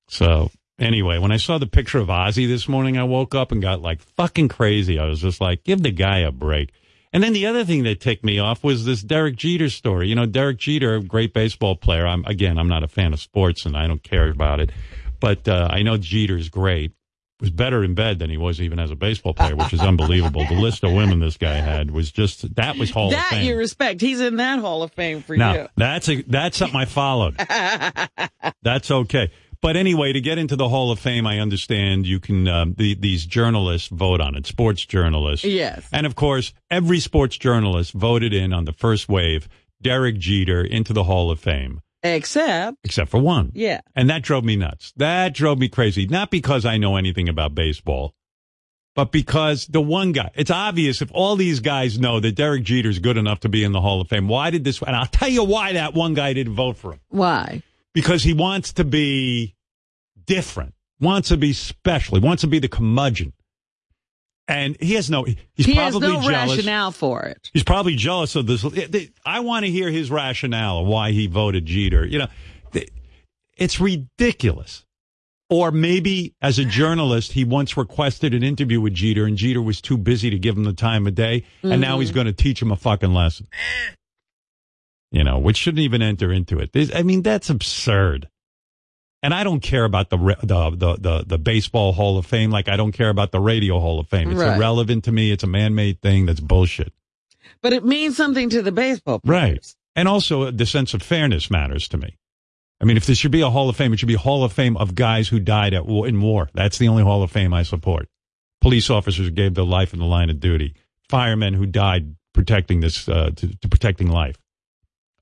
Speaker 8: so anyway, when I saw the picture of Ozzy this morning, I woke up and got like fucking crazy. I was just like, give the guy a break. And then the other thing that ticked me off was this Derek Jeter story. You know, Derek Jeter, great baseball player. I'm again, I'm not a fan of sports and I don't care about it, but uh, I know Jeter's great. Was better in bed than he was even as a baseball player, which is unbelievable. the list of women this guy had was just that was Hall
Speaker 11: that
Speaker 8: of Fame.
Speaker 11: you respect. He's in that Hall of Fame for
Speaker 8: Now,
Speaker 11: you.
Speaker 8: that's a, that's something I followed. that's okay. But anyway, to get into the Hall of Fame, I understand you can um, the, these journalists vote on it, sports journalists.
Speaker 11: Yes.
Speaker 8: And of course, every sports journalist voted in on the first wave Derek Jeter into the Hall of Fame,
Speaker 11: Except,
Speaker 8: except for one.
Speaker 11: yeah.
Speaker 8: And that drove me nuts. That drove me crazy. Not because I know anything about baseball, but because the one guy, it's obvious if all these guys know that Derek Jeter's good enough to be in the Hall of Fame, why did this, and I'll tell you why that one guy didn't vote for him.
Speaker 11: Why?
Speaker 8: Because he wants to be different, wants to be special, he wants to be the curmudgeon. And he has no, he's
Speaker 11: he has
Speaker 8: probably
Speaker 11: no
Speaker 8: jealous.
Speaker 11: rationale for it.
Speaker 8: He's probably jealous of this. I want to hear his rationale of why he voted Jeter. You know, th- it's ridiculous. Or maybe as a journalist, he once requested an interview with Jeter and Jeter was too busy to give him the time of day. And now he's going to teach him a fucking lesson, you know, which shouldn't even enter into it. This- I mean, that's absurd. And I don't care about the, re- the the the the baseball Hall of Fame like I don't care about the radio Hall of Fame. It's
Speaker 11: Right.
Speaker 8: irrelevant to me. It's a man-made thing that's bullshit.
Speaker 11: But it means something to the baseball player.
Speaker 8: Right. And also uh, the sense of fairness matters to me. I mean, if there should be a Hall of Fame, it should be a Hall of Fame of guys who died at war, in war. That's the only Hall of Fame I support. Police officers who gave their life in the line of duty. Firemen who died protecting this, uh, to, to protecting life.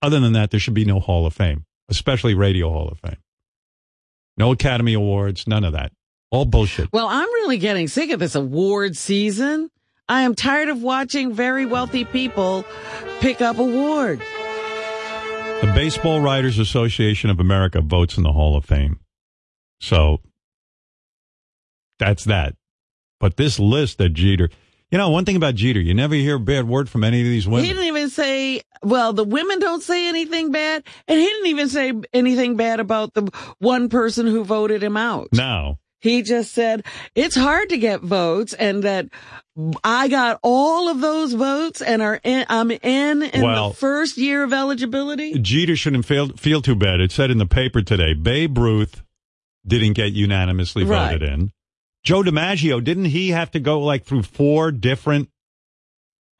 Speaker 8: Other than that, there should be no Hall of Fame, especially Radio Hall of Fame. No Academy Awards, none of that. All bullshit.
Speaker 11: Well, I'm really getting sick of this award season. I am tired of watching very wealthy people pick up awards.
Speaker 8: The Baseball Writers Association of America votes in the Hall of Fame. So that's that. But this list that Jeter, you know, one thing about Jeter, you never hear a bad word from any of these
Speaker 11: He
Speaker 8: women.
Speaker 11: didn't even say, well, the women don't say anything bad, and he didn't even say anything bad about the one person who voted him out.
Speaker 8: No.
Speaker 11: He just said it's hard to get votes, and that I got all of those votes, and are in, I'm in in
Speaker 8: Well-
Speaker 11: the first year of eligibility.
Speaker 8: Jeter shouldn't feel, feel too bad. It said in the paper today Babe Ruth didn't get unanimously
Speaker 11: Right.
Speaker 8: voted in. Joe DiMaggio, didn't he have to go like through four different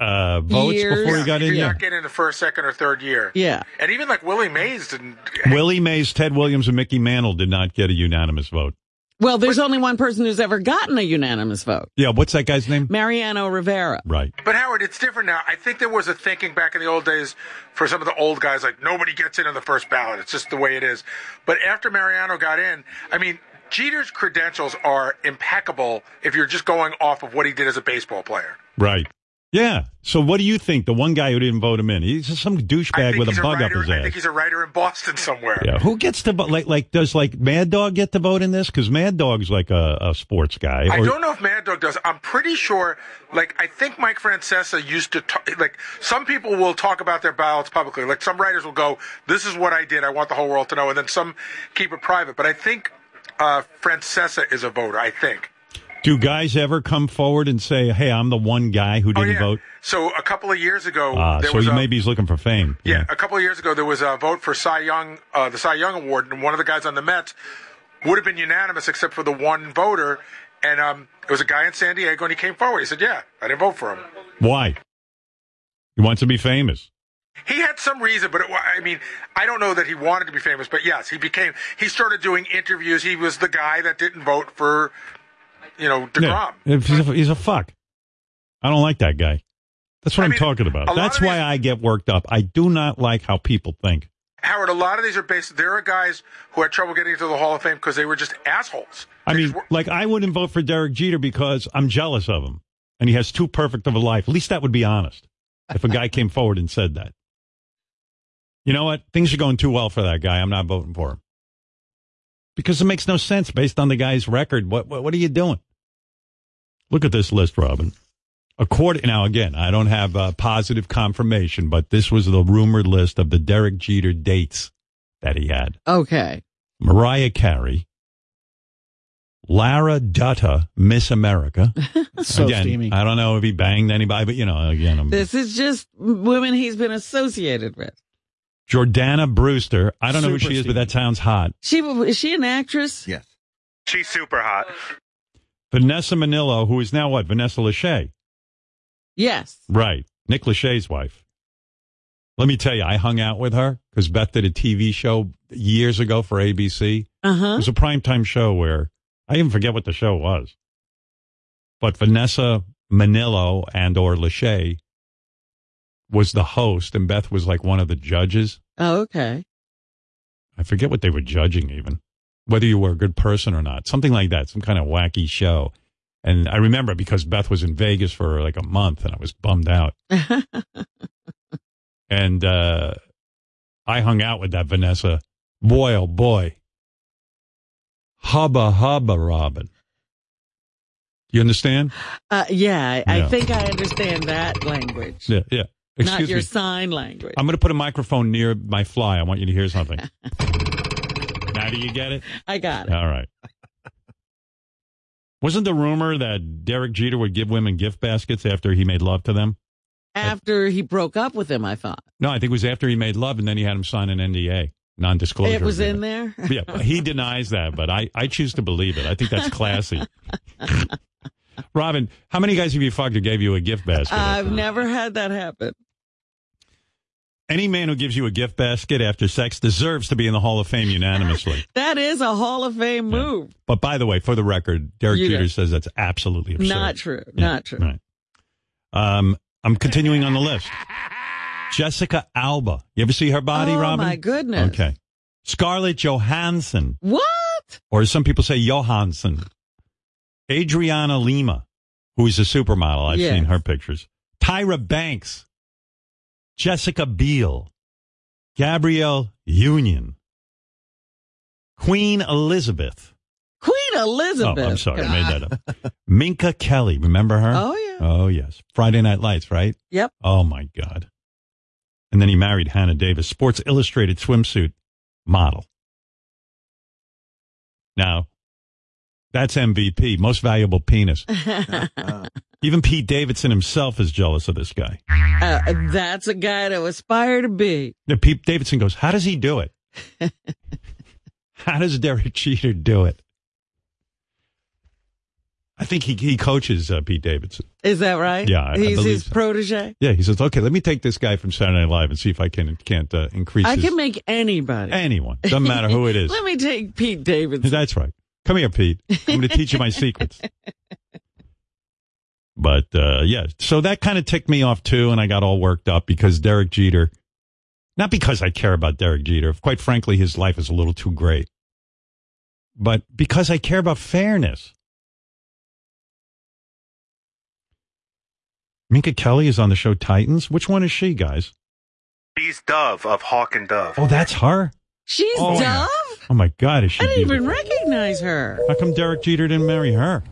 Speaker 8: uh, votes before he got in?
Speaker 13: You're not getting in the first, second, or third year.
Speaker 8: Yeah.
Speaker 13: And even like Willie Mays didn't.
Speaker 8: Willie Mays, Ted Williams, and Mickey Mantle did not get a unanimous vote.
Speaker 11: Well, there's only one person who's ever gotten a unanimous vote,
Speaker 8: Yeah, what's that guy's name?
Speaker 11: Mariano Rivera.
Speaker 8: Right.
Speaker 13: But Howard, it's different now. I think there was a thinking back in the old days for some of the old guys, like nobody gets in on the first ballot. It's just the way it is. But after Mariano got in, I mean, Jeter's credentials are impeccable if you're just going off of what he did as a baseball player.
Speaker 8: Right. Yeah. So what do you think? The one guy who didn't vote him in, he's just some douchebag with
Speaker 13: He's
Speaker 8: a bug
Speaker 13: writer,
Speaker 8: up his
Speaker 13: I think
Speaker 8: ass.
Speaker 13: he's a writer in Boston somewhere.
Speaker 8: Yeah. Who gets to vote? Like, like, does like Mad Dog get to vote in this? Because Mad Dog's like a, a sports guy.
Speaker 13: I
Speaker 8: or-
Speaker 13: don't know if Mad Dog does. I'm pretty sure. Like, I think Mike Francesa used to talk, like some people will talk about their ballots publicly. Like some writers will go, "This is what I did. I want the whole world to know," and then some keep it private. But I think uh, Francesa is a voter. I think.
Speaker 8: Do guys ever come forward and say, "Hey, I'm the one guy who didn't vote"?
Speaker 13: So a couple of years ago,
Speaker 8: Ah,
Speaker 13: Oh, there
Speaker 8: so
Speaker 13: was
Speaker 8: he,
Speaker 13: a,
Speaker 8: maybe he's looking for fame.
Speaker 13: Yeah, a couple of years ago, there was a vote for Cy Young, uh, the Cy Young Award, and one of the guys on the Mets would have been unanimous except for the one voter, and um, it was a guy in San Diego, and he came forward. He said, "Yeah, I didn't vote for him."
Speaker 8: Why? He wants to be famous.
Speaker 13: He had some reason, but it, wa- I mean, I don't know that he wanted to be famous, but yes, he became. He started doing interviews. He was the guy that didn't vote for, you know, Degrom.
Speaker 8: Yeah, if he's, a, he's a fuck. I don't like that guy. That's what I am talking about. That's why I get worked up. I do not like how people think.
Speaker 13: Howard, a lot of these are based. There are guys who had trouble getting into the Hall of Fame because they were just assholes.
Speaker 8: I mean, like I wouldn't vote for Derek Jeter because I'm jealous of him, and he has too perfect of a life. At least that would be honest. If a guy came forward and said that, you know what, things are going too well for that guy. I'm not voting for him because it makes no sense based on the guy's record. What what, what are you doing? Look at this list, Robin. According now, again, I don't have uh, positive confirmation, but this was the rumored list of the Derek Jeter dates that he had.
Speaker 11: Okay.
Speaker 8: Mariah Carey, Lara Dutta, Miss America.
Speaker 11: So
Speaker 8: again,
Speaker 11: steamy.
Speaker 8: I don't know if he banged anybody, but you know, again, I'm
Speaker 11: This is just women he's been associated with.
Speaker 8: Jordana Brewster. I don't know who
Speaker 11: Super
Speaker 8: she is, but that sounds hot.
Speaker 11: She is she an actress?
Speaker 8: Yes.
Speaker 13: She's super hot.
Speaker 8: Vanessa Manillo, who is now what? Vanessa Lachey.
Speaker 11: Yes.
Speaker 8: Right. Nick Lachey's wife. Let me tell you, I hung out with her because Beth did a TV show years ago for ABC.
Speaker 11: Uh-huh.
Speaker 8: It was a primetime show where I even forget what the show was. But Vanessa Manillo and or Lachey was the host and Beth was like one of the judges.
Speaker 11: Oh, okay.
Speaker 8: I forget what they were judging even. Whether you were a good person or not. Something like that. Some kind of wacky show. And I remember because Beth was in Vegas for like a month and I was bummed out.
Speaker 11: Uh,
Speaker 8: and uh I hung out with that Vanessa. Boy oh boy. Hubba hubba Robin. You understand?
Speaker 11: Uh, yeah, I, I
Speaker 8: Yeah.
Speaker 11: think I understand that language,
Speaker 8: Yeah, yeah. Excuse
Speaker 11: not your
Speaker 8: me.
Speaker 11: sign language.
Speaker 8: I'm going to put a microphone near my fly. I want you to hear something. now, do you get it?
Speaker 11: I got it.
Speaker 8: All right. Wasn't the rumor that Derek Jeter would give women gift baskets after he made love to them?
Speaker 11: After he broke up with him, I thought
Speaker 8: No, I think it was after he made love, and then he had him sign an NDA, non-disclosure.
Speaker 11: it was in
Speaker 8: agreement.
Speaker 11: there.
Speaker 8: yeah, he denies that, but I, I choose to believe it. I think that's classy. Robin, how many guys have you fucked who gave you a gift basket?
Speaker 11: I've never had that happen.
Speaker 8: Any man who gives you a gift basket after sex deserves to be in the Hall of Fame unanimously.
Speaker 11: That is a Hall of Fame move.
Speaker 8: But by the way, for the record, Derek
Speaker 11: You
Speaker 8: Jeter
Speaker 11: don't-
Speaker 8: says that's absolutely absurd.
Speaker 11: Not true.
Speaker 8: Yeah,
Speaker 11: Not true.
Speaker 8: Right. Um, I'm continuing on the list. Jessica Alba. You ever see her body,
Speaker 11: Oh,
Speaker 8: Robin?
Speaker 11: my goodness.
Speaker 8: Okay. Scarlett Johansson,
Speaker 11: What?
Speaker 8: or as some people say, Johansson. Adriana Lima, who is a supermodel. I've
Speaker 14: Yes.
Speaker 8: seen her pictures. Tyra Banks. Jessica Biel. Gabrielle Union. Queen Elizabeth.
Speaker 11: Queen Elizabeth.
Speaker 8: Oh, I'm sorry, I made that up. Minka Kelly, remember her?
Speaker 11: Oh, yeah.
Speaker 8: Oh yes, Friday Night Lights, right?
Speaker 11: Yep.
Speaker 8: Oh my God. And then he married Hannah Davis, Sports Illustrated swimsuit model. Now, that's MVP, most valuable penis.
Speaker 11: uh,
Speaker 8: Even Pete Davidson himself is jealous of this guy.
Speaker 11: Uh, that's a guy to aspire to be.
Speaker 8: Now, Pete Davidson goes, "How does he do it? How does Derek Jeter do it?" I think he he coaches uh, Pete Davidson.
Speaker 11: Is that right?
Speaker 8: Yeah, I- I
Speaker 11: he's
Speaker 8: believe
Speaker 11: his
Speaker 8: so.
Speaker 11: protege.
Speaker 8: Yeah, he says, "Okay, let me take this guy from Saturday Night Live and see if I can can't uh, increase."
Speaker 11: I
Speaker 8: his-
Speaker 11: can make anybody.
Speaker 8: anyone doesn't matter who it is.
Speaker 11: Let me take Pete Davidson.
Speaker 8: That's right. Come here, Pete. I'm going to teach you my secrets. But uh, yeah, so that kind of ticked me off too, and I got all worked up because Derek Jeter. Not because I care about Derek Jeter. Quite frankly, his life is a little too great. But because I care about fairness. Minka Kelly is on the show Titans. Which one is she, guys?
Speaker 15: She's Dove of Hawk and Dove.
Speaker 8: Oh, that's her.
Speaker 11: She's
Speaker 8: Oh,
Speaker 11: Dove.
Speaker 8: Oh my God, is she?
Speaker 11: I didn't
Speaker 8: beautiful.
Speaker 11: even recognize her.
Speaker 8: How come Derek Jeter didn't marry her?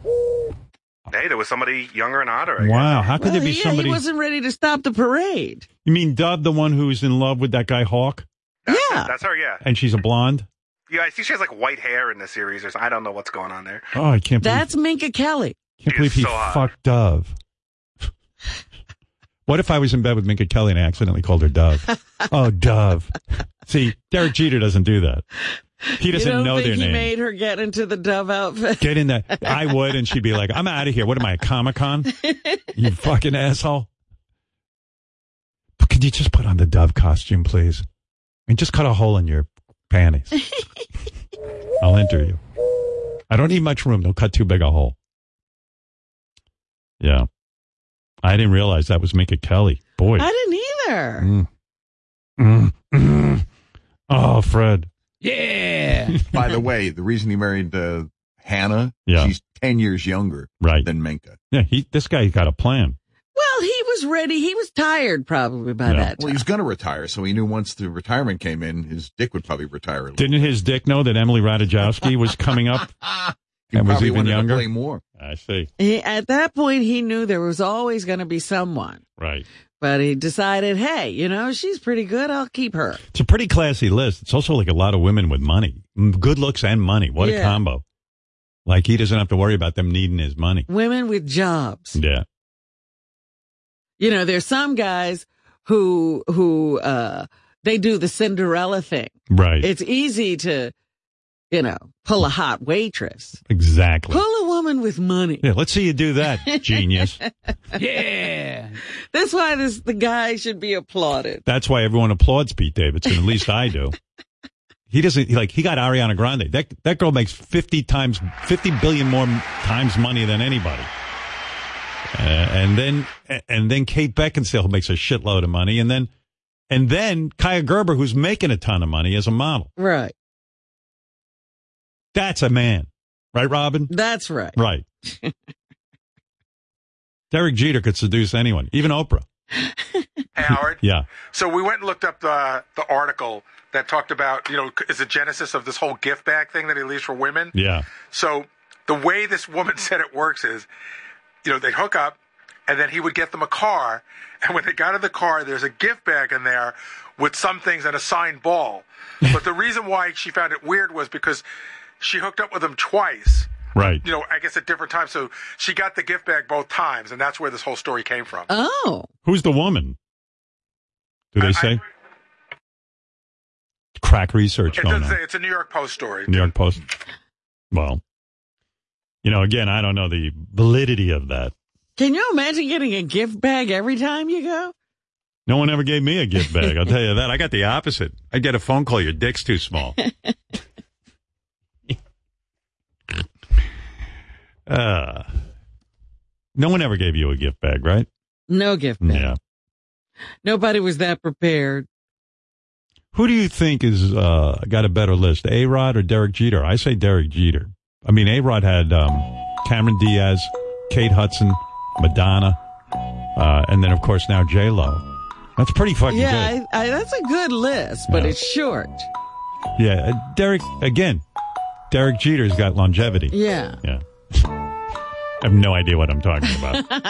Speaker 15: Hey, there was somebody younger and hotter. I guess.
Speaker 8: Wow, how could
Speaker 11: Well,
Speaker 8: there be
Speaker 11: he,
Speaker 8: somebody?
Speaker 11: He wasn't ready to stop the parade.
Speaker 8: you mean Dub, the one who's in love with that guy Hawk,
Speaker 11: yeah.
Speaker 15: That's her, yeah.
Speaker 8: and she's a blonde?
Speaker 15: Yeah, I see she has like white hair in the series, or something. I don't know what's going on there.
Speaker 8: Oh, I can't believe,
Speaker 11: That's Minka Kelly.
Speaker 8: can't believe he
Speaker 15: so hot.
Speaker 8: fucked Dove. what if I was in bed with Minka Kelly and I accidentally called her Dove? oh, Dove. See, Derek Jeter doesn't do that. He doesn't
Speaker 11: you don't
Speaker 8: know
Speaker 11: think
Speaker 8: their
Speaker 11: he
Speaker 8: name.
Speaker 11: made her get into the dove outfit.
Speaker 8: Get in there. I would, and she'd be like, I'm out of here. What am I, Comic Con? You fucking asshole. But could you just put on the dove costume, please? And just cut a hole in your panties. I'll enter you. I don't need much room. They'll cut too big a hole. Yeah. I didn't realize that was Minka Kelly. Boy.
Speaker 11: I didn't either.
Speaker 8: Mm. Mm. Mm. Oh, Fred.
Speaker 12: Yeah. By the way, the reason he married uh, Hannah,
Speaker 8: Mm-hmm. Yeah.
Speaker 12: she's 10 years younger
Speaker 8: Right.
Speaker 12: than Minka.
Speaker 8: Yeah, he, this guy got a plan.
Speaker 11: Well, he was ready. He was tired probably by that.
Speaker 12: Well, he was going to retire, so he knew once the retirement came in, his dick would probably retire. a little.
Speaker 8: Didn't his dick know that Emily Ratajkowski was coming up
Speaker 12: Ah, He
Speaker 8: and was
Speaker 12: probably
Speaker 8: even
Speaker 12: wanted to
Speaker 8: younger?
Speaker 12: play more.
Speaker 8: I see.
Speaker 11: He, at that point, he knew there was always going to be someone,
Speaker 8: Right.
Speaker 11: but he decided, hey, you know, she's pretty good. I'll keep her.
Speaker 8: It's a pretty classy list. It's also like a lot of women with money, Mm, good looks and money. What a
Speaker 11: Yeah.
Speaker 8: combo! Like he doesn't have to worry about them needing his money.
Speaker 11: Women with jobs.
Speaker 8: Yeah.
Speaker 11: You know, there's some guys who, who, uh, they do the Cinderella thing.
Speaker 8: Right.
Speaker 11: It's easy to, you know, pull a hot waitress,
Speaker 8: Exactly.
Speaker 11: pull a woman with money.
Speaker 8: Yeah. Let's see you do that, genius.
Speaker 11: yeah. That's why this, the guy should be applauded.
Speaker 8: That's why everyone applauds Pete Davidson. At least I do. He doesn't he, like he got Ariana Grande. That that girl makes fifty times fifty billion more m- times money than anybody. Uh, and then and then Kate Beckinsale makes a shitload of money, and then and then Kaya Gerber, who's making a ton of money as a model.
Speaker 11: Right.
Speaker 8: That's a man, right, Robin?
Speaker 11: That's right.
Speaker 8: Right. Derek Jeter could seduce anyone, even Oprah.
Speaker 13: Hey, Howard.
Speaker 8: Yeah.
Speaker 13: So we went and looked up the the article that talked about you know is the genesis of this whole gift bag thing that he leaves for women.
Speaker 8: Yeah.
Speaker 13: So the way this woman said it works is, you know, they'd hook up and then he would get them a car. And when they got in the car, there's a gift bag in there with some things and a signed ball. But the reason why she found it weird was because she hooked up with him twice.
Speaker 8: Right.
Speaker 13: You know, I guess at different times. So she got the gift bag both times. And that's where this whole story came from.
Speaker 11: Oh.
Speaker 8: Who's the woman? Do they say? Crack research
Speaker 13: It
Speaker 8: going
Speaker 13: doesn't
Speaker 8: on.
Speaker 13: say it's a New York Post story.
Speaker 8: New York Post. Well, you know, again, I don't know the validity of that.
Speaker 11: Can you imagine getting a gift bag every time you go?
Speaker 8: No one ever gave me a gift bag. I'll tell you that. I got the opposite. I get a phone call. Your dick's too small. uh, no one ever gave you a gift bag, right?
Speaker 11: No gift bag.
Speaker 8: Yeah.
Speaker 11: Nobody was that prepared.
Speaker 8: Who do you think is uh, got a better list, A Rod or Derek Jeter? I say Derek Jeter. I mean, A Rod had um, Cameron Diaz, Kate Hudson, Madonna, uh, and then of course now J Lo. That's pretty fucking good.
Speaker 11: yeah, I, I, that's a good list, but
Speaker 8: Yeah.
Speaker 11: it's short.
Speaker 8: Yeah, uh, Derek again. Derek Jeter's got longevity.
Speaker 11: Yeah.
Speaker 8: Yeah. I have no idea what I'm talking about.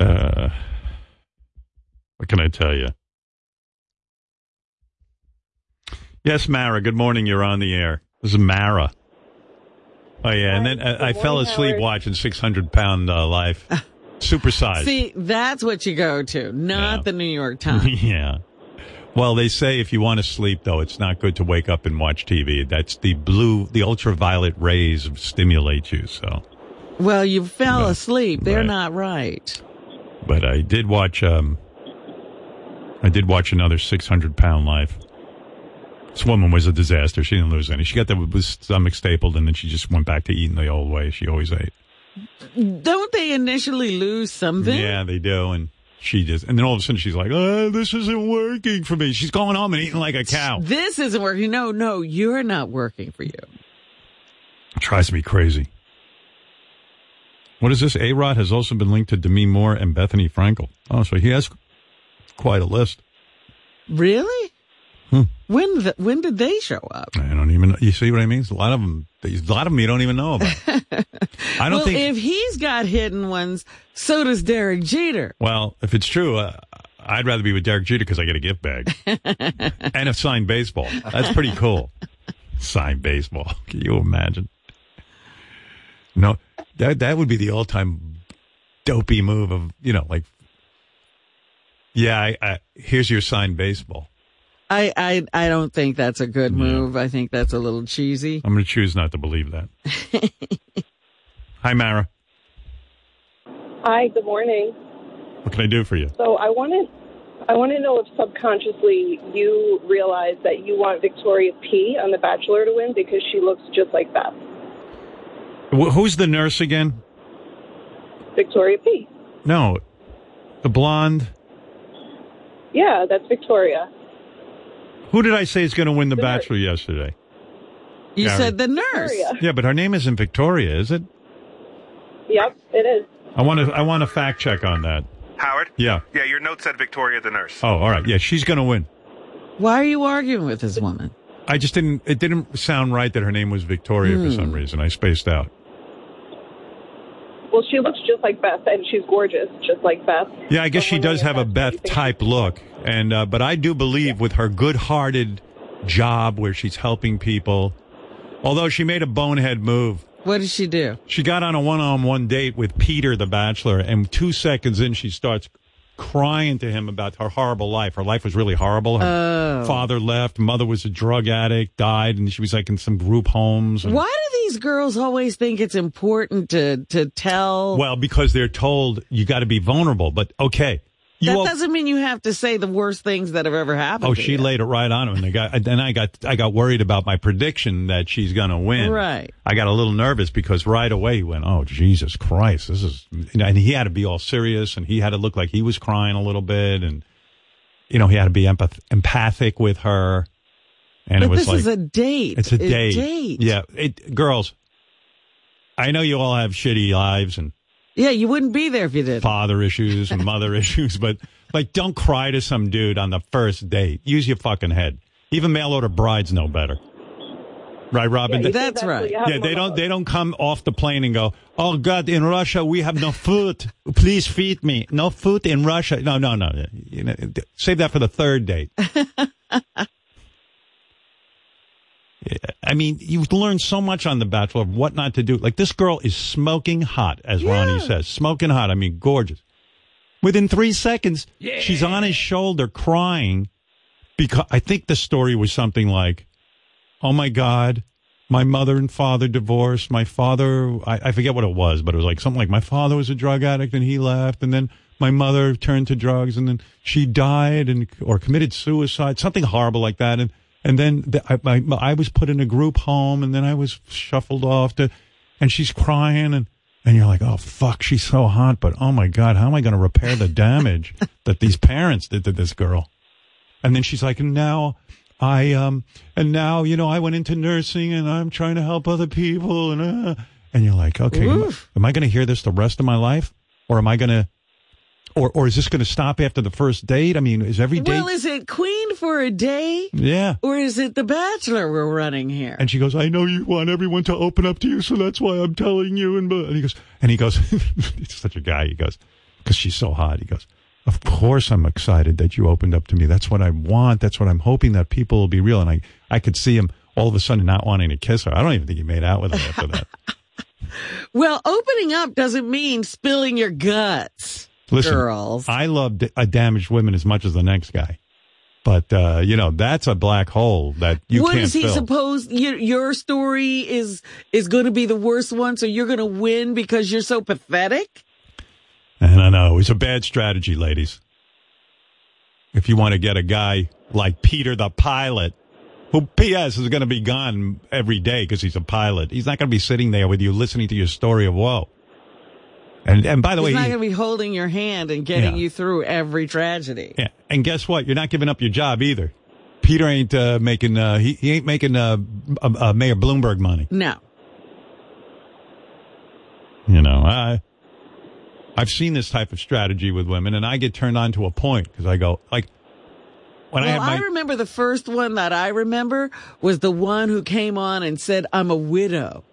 Speaker 8: uh, what can I tell you? Yes, Mara. Good morning. You're on the air. This is Mara. Oh yeah, and then I, I fell asleep watching 600 pound uh, life supersized.
Speaker 11: See, that's what you go to, not the New York Times.
Speaker 8: yeah. Well, they say if you want to sleep, though, it's not good to wake up and watch TV. That's the blue, the ultraviolet rays stimulate you. So,
Speaker 11: well, you fell asleep. They're
Speaker 8: Right.
Speaker 11: not right.
Speaker 8: but I did watch, um, I did watch another 600 pound life. This woman was a disaster. She didn't lose any. She got the stomach stapled and then she just went back to eating the old way she always ate.
Speaker 11: Don't they initially lose something?
Speaker 8: Yeah, they do. And she just, and then all of a sudden she's like, oh, this isn't working for me. She's going home and eating like a cow.
Speaker 11: This isn't working. No, no, you're not working for you.
Speaker 8: It drives me crazy. What is this? A Rod has also been linked to Demi Moore and Bethany Frankel. Oh, so he has quite a list.
Speaker 11: Really?
Speaker 8: Hmm.
Speaker 11: When the, when did they show up?
Speaker 8: I don't even. You see what I mean? It's a lot of them. There's a lot of them you don't even know about. I don't
Speaker 11: well,
Speaker 8: think.
Speaker 11: if he's got hidden ones, so does Derek Jeter.
Speaker 8: well, if it's true, uh, I'd rather be with Derek Jeter because I get a gift bag and a signed baseball. That's pretty cool. Signed baseball. Can you imagine? No, that that would be the all time dopey move of you know like, yeah, I, I, here's your signed baseball.
Speaker 11: I, I, I don't think that's a good move. I think that's a little cheesy.
Speaker 8: I'm going to choose not to believe that. Hi, Mara.
Speaker 14: Hi, good morning.
Speaker 8: What can I do for you?
Speaker 14: So I wanted I want to know if subconsciously you realize that you want Victoria P on The Bachelor to win because she looks just like Beth.
Speaker 8: Wh- who's the nurse again?
Speaker 14: Victoria P.
Speaker 8: No, the blonde.
Speaker 14: Yeah, that's Victoria.
Speaker 8: Who did I say is going to win the Bachelor yesterday?
Speaker 11: You
Speaker 8: Gary.
Speaker 11: said the nurse.
Speaker 8: Yeah, but her name isn't Victoria, is it?
Speaker 14: Yep, it is.
Speaker 8: I want to. I want to fact check on that.
Speaker 15: Howard?
Speaker 8: Yeah.
Speaker 15: Yeah, your note said Victoria the nurse.
Speaker 8: Oh, all right. Yeah, she's going to win.
Speaker 11: Why are you arguing with this woman?
Speaker 8: I just didn't. It didn't sound right that her name was Victoria for
Speaker 14: Hmm.
Speaker 8: some reason. I spaced out.
Speaker 14: Well, she looks just like Beth, and she's gorgeous, just like Beth.
Speaker 8: Yeah, I guess she does have a Beth type look, and uh, but I do believe with her good-hearted job where she's helping people. Although she made a bonehead move.
Speaker 11: What did she do?
Speaker 8: She got on a one-on-one date with Peter the Bachelor, and two seconds in, she starts crying to him about her horrible life. Her life was really horrible. Her
Speaker 11: Oh.
Speaker 8: father left, mother was a drug addict, died, and she was like in some group homes. And,
Speaker 11: Why do these girls always think it's important to to tell?
Speaker 8: Well, because they're told you got to be vulnerable, but okay. You
Speaker 11: that
Speaker 8: all-
Speaker 11: doesn't mean you have to say the worst things that have ever happened.
Speaker 8: Oh,
Speaker 11: to
Speaker 8: she
Speaker 11: you.
Speaker 8: laid it right on him, and I got and I got I got worried about my prediction that she's going to win.
Speaker 11: Right.
Speaker 8: I got a little nervous because right away he went, "Oh Jesus Christ, this is," and he had to be all serious, and he had to look like he was crying a little bit, and you know he had to be empath- empathic with her, and
Speaker 11: but
Speaker 8: it was
Speaker 11: this
Speaker 8: like
Speaker 11: is a date.
Speaker 8: it's a date.
Speaker 11: date.
Speaker 8: Yeah, it, girls. I know you all have shitty lives and
Speaker 11: Yeah, you wouldn't be there if you did.
Speaker 8: father issues and mother issues, but like, don't cry to some dude on the first date. Use your fucking head. Even mail order brides know better. Right, Robin.
Speaker 11: Yeah, you- That's right.
Speaker 8: Yeah, they don't. They don't come off the plane and go, "Oh God, in Russia we have no food. Please feed me. No food in Russia. No, no, no. You know, save that for the third date." I mean, you've learned so much on The Bachelor of what not to do. Like this girl is smoking hot, as Ronnie says, smoking hot. I mean, gorgeous. Within three seconds, she's on his shoulder crying because I think the story was something like, "Oh my God, my mother and father divorced. My father, I, I forget what it was, but it was like something like my father was a drug addict and he left, and then my mother turned to drugs, and then she died and or committed suicide, something horrible like that, and." And then the, I, my, my- I was put in a group home, and then I was shuffled off to, and she's crying, and and you're like, oh fuck, she's so hot, but oh my god, how am I going to repair the damage that these parents did to this girl? And then she's like, and now I um, and now you know I went into nursing, and I'm trying to help other people, and uh, and you're like, okay, am, I- am I going to hear this the rest of my life, or am I going to, or or is this going to stop after the first date? I mean, is every date?
Speaker 11: Well, is it Queen for a day,
Speaker 8: yeah.
Speaker 11: or is it The Bachelor we're running here?
Speaker 8: And she goes, I know you want everyone to open up to you, so that's why I'm telling you. And, blah. and he goes, and he goes, he's such a guy. He goes, because she's so hot. He goes, of course I'm excited that you opened up to me. That's what I want. That's what I'm hoping that people will be real. And I, I could see him all of a sudden not wanting to kiss her. I don't even think he made out with her after that.
Speaker 11: Well, opening up doesn't mean spilling your guts.
Speaker 8: Listen,
Speaker 11: girls.
Speaker 8: I love d- a damaged woman as much as the next guy. But, uh, you know, that's a black hole that you
Speaker 11: what
Speaker 8: can't
Speaker 11: is he
Speaker 8: fill.
Speaker 11: supposed? Your, your story is is going to be the worst one, so you're going to win because you're so pathetic.
Speaker 8: And I know it's a bad strategy, ladies. If you want to get a guy like Peter the pilot, who P.S. is going to be gone every day because he's a pilot, he's not going to be sitting there with you listening to your story of woe. And and by the way,
Speaker 11: He's not
Speaker 8: he-
Speaker 11: going to be holding your hand and getting
Speaker 8: Yeah.
Speaker 11: you through every tragedy.
Speaker 8: yeah, and guess what? You're not giving up your job either. Peter ain't uh, making uh, he, he ain't making uh, uh, uh, Mayor Bloomberg money.
Speaker 11: No.
Speaker 8: You know, I I've seen this type of strategy with women, and I get turned on to a point because I go like when I
Speaker 11: well,
Speaker 8: had my
Speaker 11: I remember the first one that I remember was the one who came on and said, "I'm a widow."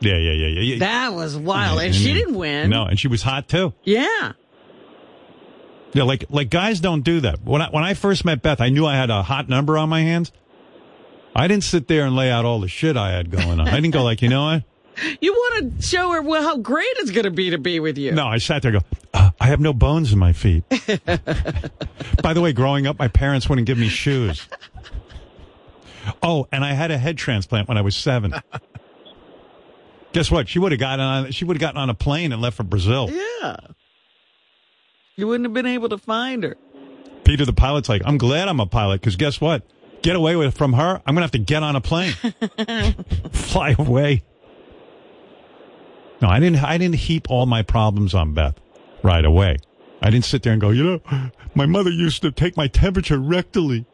Speaker 8: Yeah, yeah, yeah, yeah. yeah.
Speaker 11: That was wild,
Speaker 8: Yeah,
Speaker 11: and she
Speaker 8: then-
Speaker 11: didn't win.
Speaker 8: No, and she was hot too.
Speaker 11: Yeah.
Speaker 8: Yeah, like like guys don't do that. When I when I first met Beth, I knew I had a hot number on my hands. I didn't sit there and lay out all the shit I had going on. I didn't go like, you know what?
Speaker 11: You want to show her well, how great it's going to be to be with you.
Speaker 8: No, I sat there and go, uh, I have no bones in my feet. By the way, growing up, my parents wouldn't give me shoes. Oh, and I had a head transplant when I was seven. Guess what? She would have gotten on. She would have gotten on a plane and left for Brazil.
Speaker 11: Yeah. You wouldn't have been able to find her.
Speaker 8: Peter, the pilot's like, I'm glad I'm a pilot because guess what? Get away with from her. I'm gonna have to get on a plane, fly away. No, I didn't. I didn't heap all my problems on Beth right away. I didn't sit there and go, you know, my mother used to take my temperature rectally,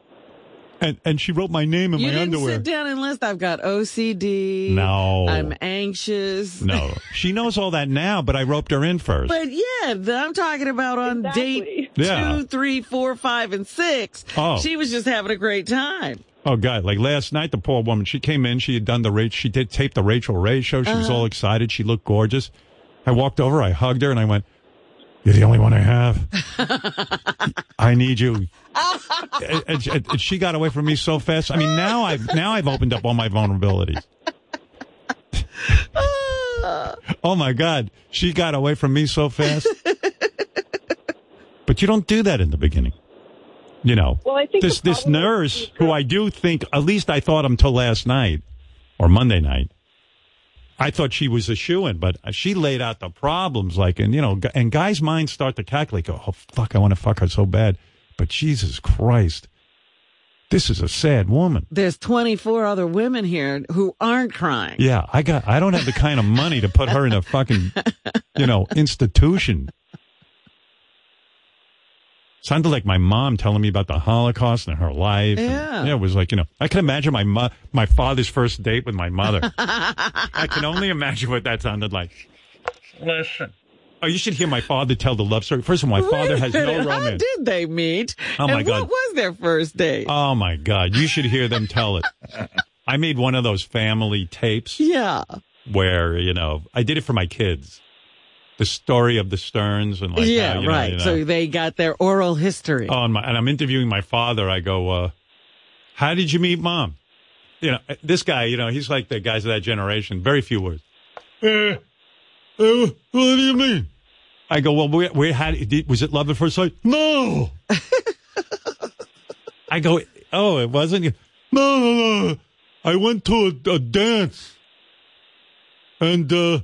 Speaker 8: and and she wrote my name in
Speaker 11: you
Speaker 8: my
Speaker 11: didn't
Speaker 8: underwear.
Speaker 11: sit down and list. I've got OCD.
Speaker 8: No.
Speaker 11: I'm anxious.
Speaker 8: no, she knows all that now, but I roped her in first.
Speaker 11: But yeah, th- I'm talking about on date
Speaker 8: Yeah.
Speaker 11: two, three, four, five, and six.
Speaker 8: Oh.
Speaker 11: She was just having a great time.
Speaker 8: Oh God! Like last night, the poor woman. She came in. She had done the Rach. She did tape the Rachel Ray show. She was
Speaker 11: Uh-huh.
Speaker 8: all excited. She looked gorgeous. I walked over. I hugged her, and I went, "You're the only one I have. I need you." and, and she- and she got away from me so fast. I mean, now I've now I've opened up all my vulnerabilities. oh my God! She got away from me so fast. but you don't do that in the beginning. You know,
Speaker 14: Well, I think
Speaker 8: this
Speaker 14: the
Speaker 8: this nurse who I do think at least I thought until last night or Monday night, I thought she was a shoe in, but she laid out the problems like and you know gu- and guys' minds start to calculate. Go, oh fuck, I want to fuck her so bad, but Jesus Christ, this is a sad woman.
Speaker 11: There's 24 other women here who aren't crying.
Speaker 8: Yeah, I got. I don't have the kind of money to put her in a fucking, you know, institution. Sounded like my mom telling me about the Holocaust and her life. and-
Speaker 16: Yeah.
Speaker 8: it was like you know. I can imagine my mo- my father's first date with my mother. I can only imagine what that sounded like. Listen. Oh, you should hear my father tell the love story. First of all, my
Speaker 11: Wait
Speaker 8: father
Speaker 11: a
Speaker 8: has
Speaker 11: minute,
Speaker 8: no
Speaker 11: How
Speaker 8: romance.
Speaker 11: did they meet?
Speaker 8: Oh,
Speaker 11: and
Speaker 8: my God.
Speaker 11: What was their first date?
Speaker 8: Oh my god, you should hear them tell it. I made one of those family tapes.
Speaker 11: yeah.
Speaker 8: where you know I did it for my kids. The story of the Stearns and like
Speaker 11: yeah,
Speaker 8: how, you know,
Speaker 11: right.
Speaker 8: you know.
Speaker 11: So they got their oral history.
Speaker 8: oh, and, my, and I'm interviewing my father. I go, uh, "How did you meet mom?" You know, this guy. You know, he's like the guys of that generation. Very few words. Uh, uh, what do you mean? I go, "Well, we, we had did, was it love at first sight?" No. I go, "Oh, it wasn't." You- No, no, no. I went to a, a dance, and uh,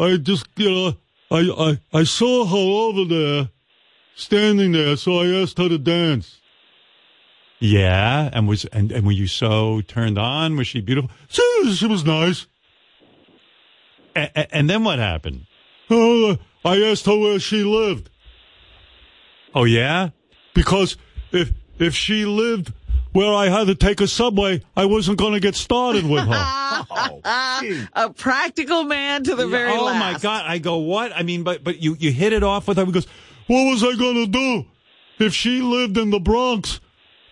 Speaker 8: I just, you know, I, I, I saw her over there, standing there. So I asked her to dance. Yeah, and was and, and were you so turned on? Was she beautiful? She, she was nice. And, and then what happened? Oh, I asked her where she lived. Oh yeah, because if if she lived where I had to take a subway, I wasn't going to get started with her.
Speaker 12: Oh,
Speaker 11: a practical man to the very
Speaker 8: oh
Speaker 11: last.
Speaker 8: my god! I go what? I mean, but but you you hit it off with her. He goes, what was I going to do if she lived in the Bronx?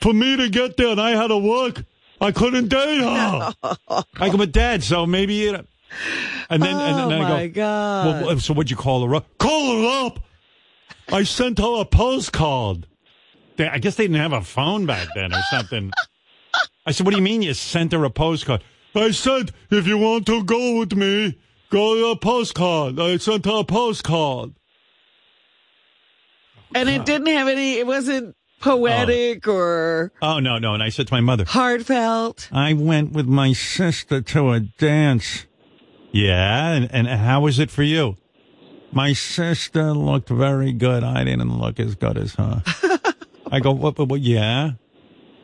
Speaker 8: For me to get there, and I had to work. I couldn't date her. I go, but Dad, so maybe it. And then
Speaker 11: Oh,
Speaker 8: and then I
Speaker 11: my
Speaker 8: go,
Speaker 11: God.
Speaker 8: "Well, well, so what'd you call her up? Call her up. I sent her a postcard. They, I guess they didn't have a phone back then or something. I said, "What do you mean you sent her a postcard?" I said, "If you want to go with me, go to a postcard." I sent her a postcard.
Speaker 11: and it didn't have any, it wasn't poetic or
Speaker 8: Oh no, no! And I said to my mother,
Speaker 11: heartfelt.
Speaker 8: I went with my sister to a dance. Yeah, and, and how was it for you? My sister looked very good. I didn't look as good as her. I go, what, what, what, yeah.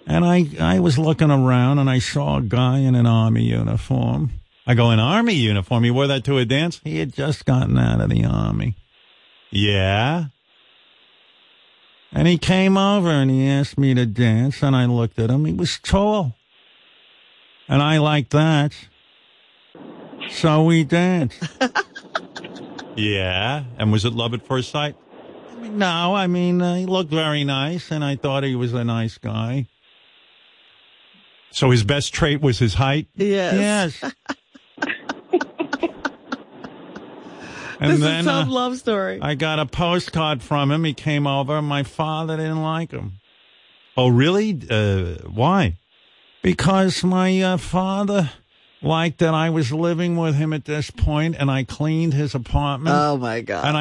Speaker 8: And I, I was looking around and I saw a guy in an army uniform. I go, an army uniform? You wore that to a dance? He had just gotten out of the army. Yeah. And he came over and he asked me to dance, and I looked at him. He was tall. And I liked that. So we danced. yeah. And was it love at first sight? No, I mean, uh, he looked very nice, and I thought he was a nice guy. So his best trait was his height?
Speaker 11: Yes.
Speaker 8: Yes. And
Speaker 16: this
Speaker 8: then,
Speaker 16: is some
Speaker 8: uh,
Speaker 16: love story.
Speaker 8: I got a postcard from him. He came over. My father didn't like him. Oh, really? Uh, why? Because my uh, father liked that I was living with him at this point, and I cleaned his apartment.
Speaker 11: Oh, my God.
Speaker 8: And I